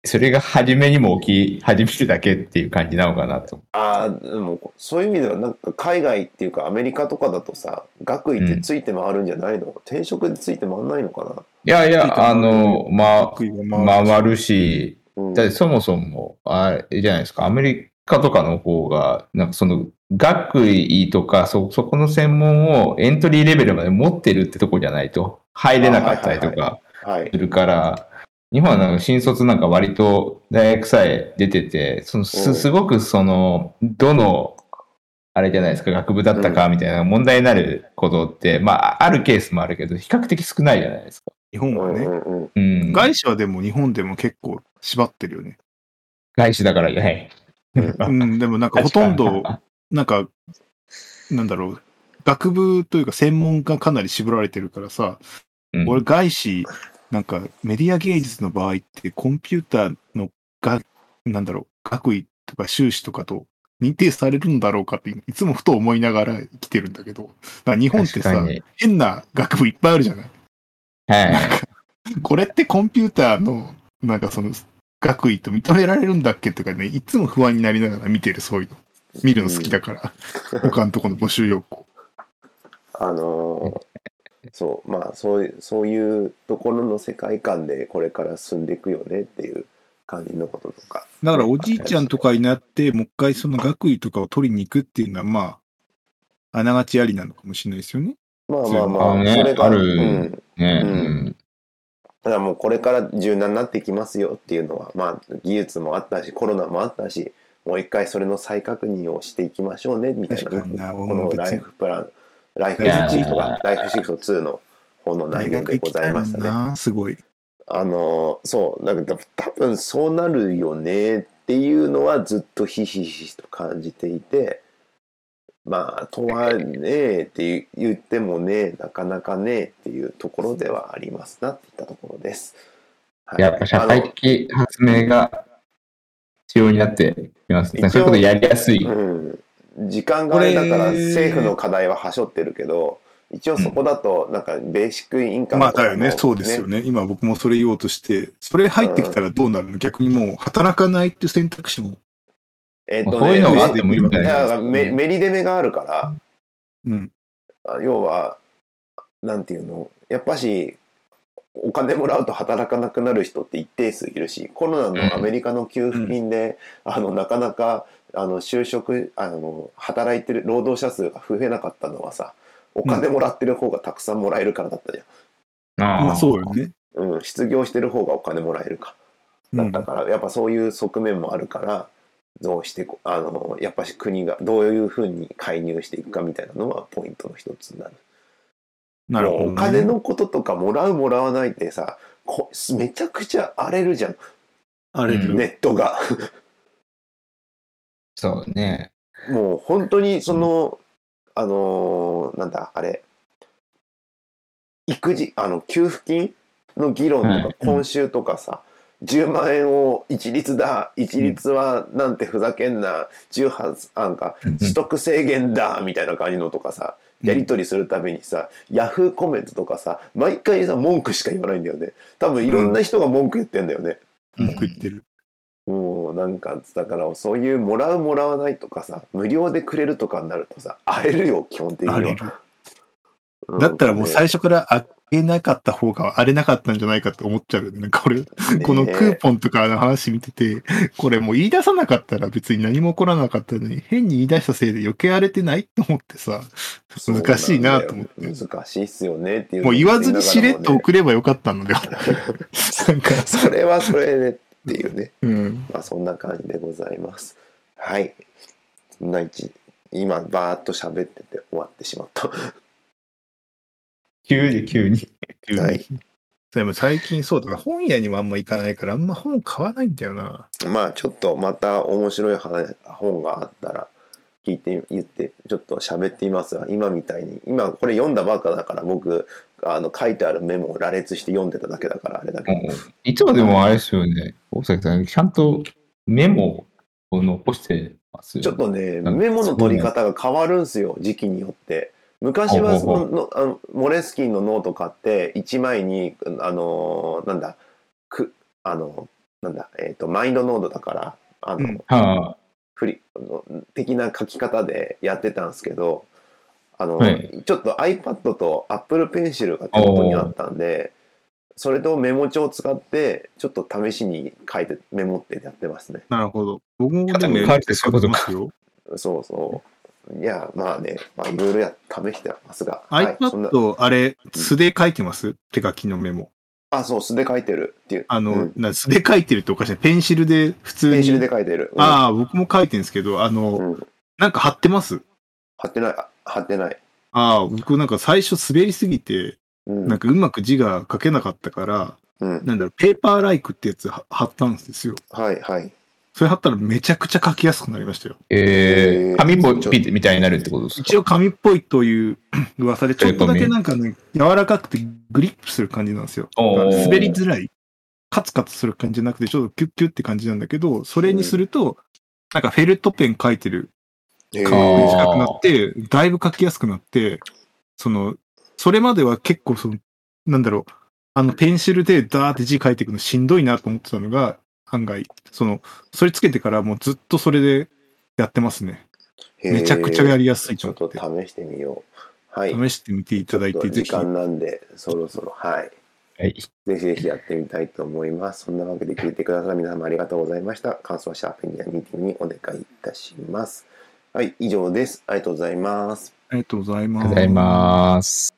B: それが初めにも起き始めてだけっていう感じなのかなと。
A: ああでもそういう意味ではなんか海外っていうかアメリカとかだとさ学位ってついて回るんじゃないの、転職でついて回んないのか
B: いやい
C: いいと
B: や、
C: 思う
B: あの、ま、
C: 学位はまあ、
B: 回るし、
A: な、うん
B: だってそもそも、あれじゃないですか、アメリカとかの方が、なんかその、学位とかそ、そこの専門をエントリーレベルまで持ってるってとこじゃないと、入れなかったりと
A: あはいは
B: か
A: はい
B: するから、日本はなんか新卒なんか割と大学さえ出てて、そ
A: う
B: の
A: ん
B: すすごくその、どの、あれじゃないですか、学部だったかみたいな問題になることって、まあ、あるケースもあるけど、比較的少ないじゃないですか。
C: 日本
A: う
C: は
A: んう
C: ね。
A: んうん
B: うん。
C: 外資はでも日本でも結構縛ってるよね。
B: 外資だから、はい。
C: うん、でもなんかほとんど、なんか、なんだろう。学部というか専門がかなり絞られてるからさ、
B: うん
C: 俺外資、なんかメディア芸術の場合ってコンピューターのが、なんだろう、学位とか修士とかと認定されるんだろうかっていつもふと思いながら生きてるんだけど、なんか日本って
B: 確
C: さ
B: か、に
C: 変な学部いっぱいあるじゃない
B: はい。
C: これってコンピューターの、なんかその、学位と認められるんだっけとかね、いつも不安になりながら見てる、そういうの。見るの好きだから。他のとこの募集要項。
A: あのーそうまあそういうそういうところの世界観でこれから進んでいくよねっていう感じのこととか
C: だから、おじいちゃんとかになって、もう一回その学位とかを取りに行くっていうのは、まあ、あながちありなのかもしれないですよね。
A: まあまあま
B: あ
A: あ
B: のね
A: それが
B: あ
A: う
B: る
A: ん、だ
B: ね
A: うん
B: うん
A: からもうこれから柔軟になってきますよっていうのはまあ技術もあったしコロナもあったしもう一回それの再確認をしていきましょうねみたいな
C: 確かにな
A: こ
C: も
A: の
C: う別に
A: ライフプランライフ
C: いやー
A: シフトがライフシフト2の方の内容でございましたね。
C: な、すごい。
A: あのそうだから多分そうなるよねっていうのはずっとひしひしと感じていてまあとはねえって言ってもねなかなかねえっていうところではありますなっていったところです。はい
B: やっぱ社会的発明が必要になってきますね。
A: 一
B: そう
A: 応
B: いうことやりやす
A: あ
B: い。
A: のうん、時間があれだから
C: これ
A: 政府の課題ははしょってるけど一応そこだとなんかベーシックインカム
C: まあ、
A: とか
C: だ
A: も
C: よね。そうですよね。今僕もそれ言おうとして、それ入ってきたらどうなるの逆にもう、働かないっていう選択肢も。
A: えっとね
B: そういうのがあってもいいんじゃ
A: い
B: ない
A: や
B: ですか。
A: メメリデメがあるから。
C: うん。
A: あ要はなんていうのやっぱしお金もらうと働かなくなる人って一定数いるしコロナのアメリカの給付金で、あのなかなかあの就職あの働いてる労働者数が増えなかったのはさお金もらってる方がたくさんもらえるからだったじ
C: ま
B: ま
C: あ、そうよね。
A: ゃん、うん、失業してる方がお金もらえるか
C: う
A: だっ
C: ん
A: たからやっぱそういう側面もあるからどうしてこあのやっぱし国がどういうふうに介入していくかみたいなのはポイントの一つになる。
C: なるほどね、
A: お金のこととかもらうもらわないってさこめちゃくちゃ荒れるじゃん
C: あれ
B: うん
A: ネットが
B: そうね。
A: もう本当にその、あのーなんだ、あれ、育児、あの、給付金の議論
B: は
A: とか
B: い、
A: 今週とかさ、10万円を一律だ、一律はなんてふざけんな、18、なんか、取得制限だ、みたいな感じのとかさ、やり取りするたびにさ、ヤフーコメントとかさ、毎回さ、文句しか言わないんだよね。多分いろんな人が文句言ってんだよね。
C: 文句言ってる。
A: もうなんかだからそういうもらうもらわないとかさ無料でくれるとかになるとさ会えるよ基本的に
C: あ
A: は
C: れる。だったらもう最初からあげなかった方が荒れなかったんじゃないかって思っちゃうよね。なんか俺、
A: 初
C: このクーポンとかの話見てて、これもう言い出さなかったら別に何も起こらなかったのに、変に言い出したせいで余計荒れてないと思ってさ、難しいなと思って。
A: 難しいっすよねっていう
C: もう言わずにしれっと
A: ね
C: 送ればよかったのでは。 なんか、
A: それはそれでっていうね
C: うん。
A: まあそんな感じでございますはいそんな一今バーッと喋ってて終わってしまった
B: 急に急に。
A: はい
C: でも最近そうだな、本屋にもあんま行かないから、あんま本買わないんだよな。
A: まあちょっとまた面白い話本があったら聞いて言ってちょっと喋ってみますが今みたいに今これ読んだばっかだから僕あの書いてあるメモを羅列して読んでただけだからあれだけど、
B: もういつまでもあれですよね。大崎さん、ちゃんとメモを残してますよね
A: ちょっとね
B: なんか
A: メモの取り方が変わるんすよ時期によって。昔はそののあのモレスキンのノート買って1枚にあのなんだくあのなんだえっ、とマインドノートだからあの、
C: うん
B: は
A: フリの的な書き方でやってたんですけどあの、
B: はい
A: ちょっと iPad と Apple Pencil が手元にあったんでそれとメモ帳を使ってちょっと試しに書いてメモってやってますね
C: なるほど。僕も
B: 肩も変わるってそういうことか
C: 使ってますよ
A: そうそういやまあねまあいろいろや試してますが、はい、そんな
C: iPad、あれ、素で書いてます手書きのメモ。
A: あそう素で書いてるっていう
C: あの、
A: うん
C: な素で書いてるっておかしい。ペンシルで普通に。
A: ペンシルで書いてる、うん
C: ああ、僕も書いてるんですけど、あの、
A: うん
C: なんか貼ってます
A: 貼ってないあ貼ってない、
C: ああ、僕なんか最初滑りすぎて、
A: うん
C: なんかうまく字が書けなかったから、
A: うん、
C: なんだろう、ペーパーライクってやつは貼ったんですよ。
A: はいはい
C: それ貼ったらめちゃくちゃ書きやすくなりましたよ。
B: い。え
A: えー
B: ー、紙ポピみたいになるってことですか
C: 一応紙っぽいという 噂で、ちょっとだけなんかね、柔らかくてグリップする感じなんですよ。
B: おー
C: 滑りづらい。カツカツする感じじゃなくて、ちょっとキュッキュッって感じなんだけど、それにすると、なんかフェルトペン書いてる
A: えー
B: か
C: 短くなって、だいぶ書きやすくなって、その、それまでは結構その、なんだろう、あの、ペンシルでダーって字書いていくのしんどいなと思ってたのが、案外、その、それつけてからもうずっとそれでやってますね。めちゃくちゃやりやすい
A: ち
C: と
A: ょっ
C: 思
A: と
C: って
A: 試してみようはい
C: 試してみていただいて、ぜ
A: 時
C: ひ。
A: 間なんで、そろそろ、はい。
B: はい。
A: ぜひぜひやってみたいと思います。そんなわけで聞いてください。皆様ありがとうございました。感想はシャープニアミーティングにお願いいたします。はい、以上です。ありがとうございます。
C: ありがとうござい
B: ありがと
C: ま
B: う
C: す
B: ござい。ます。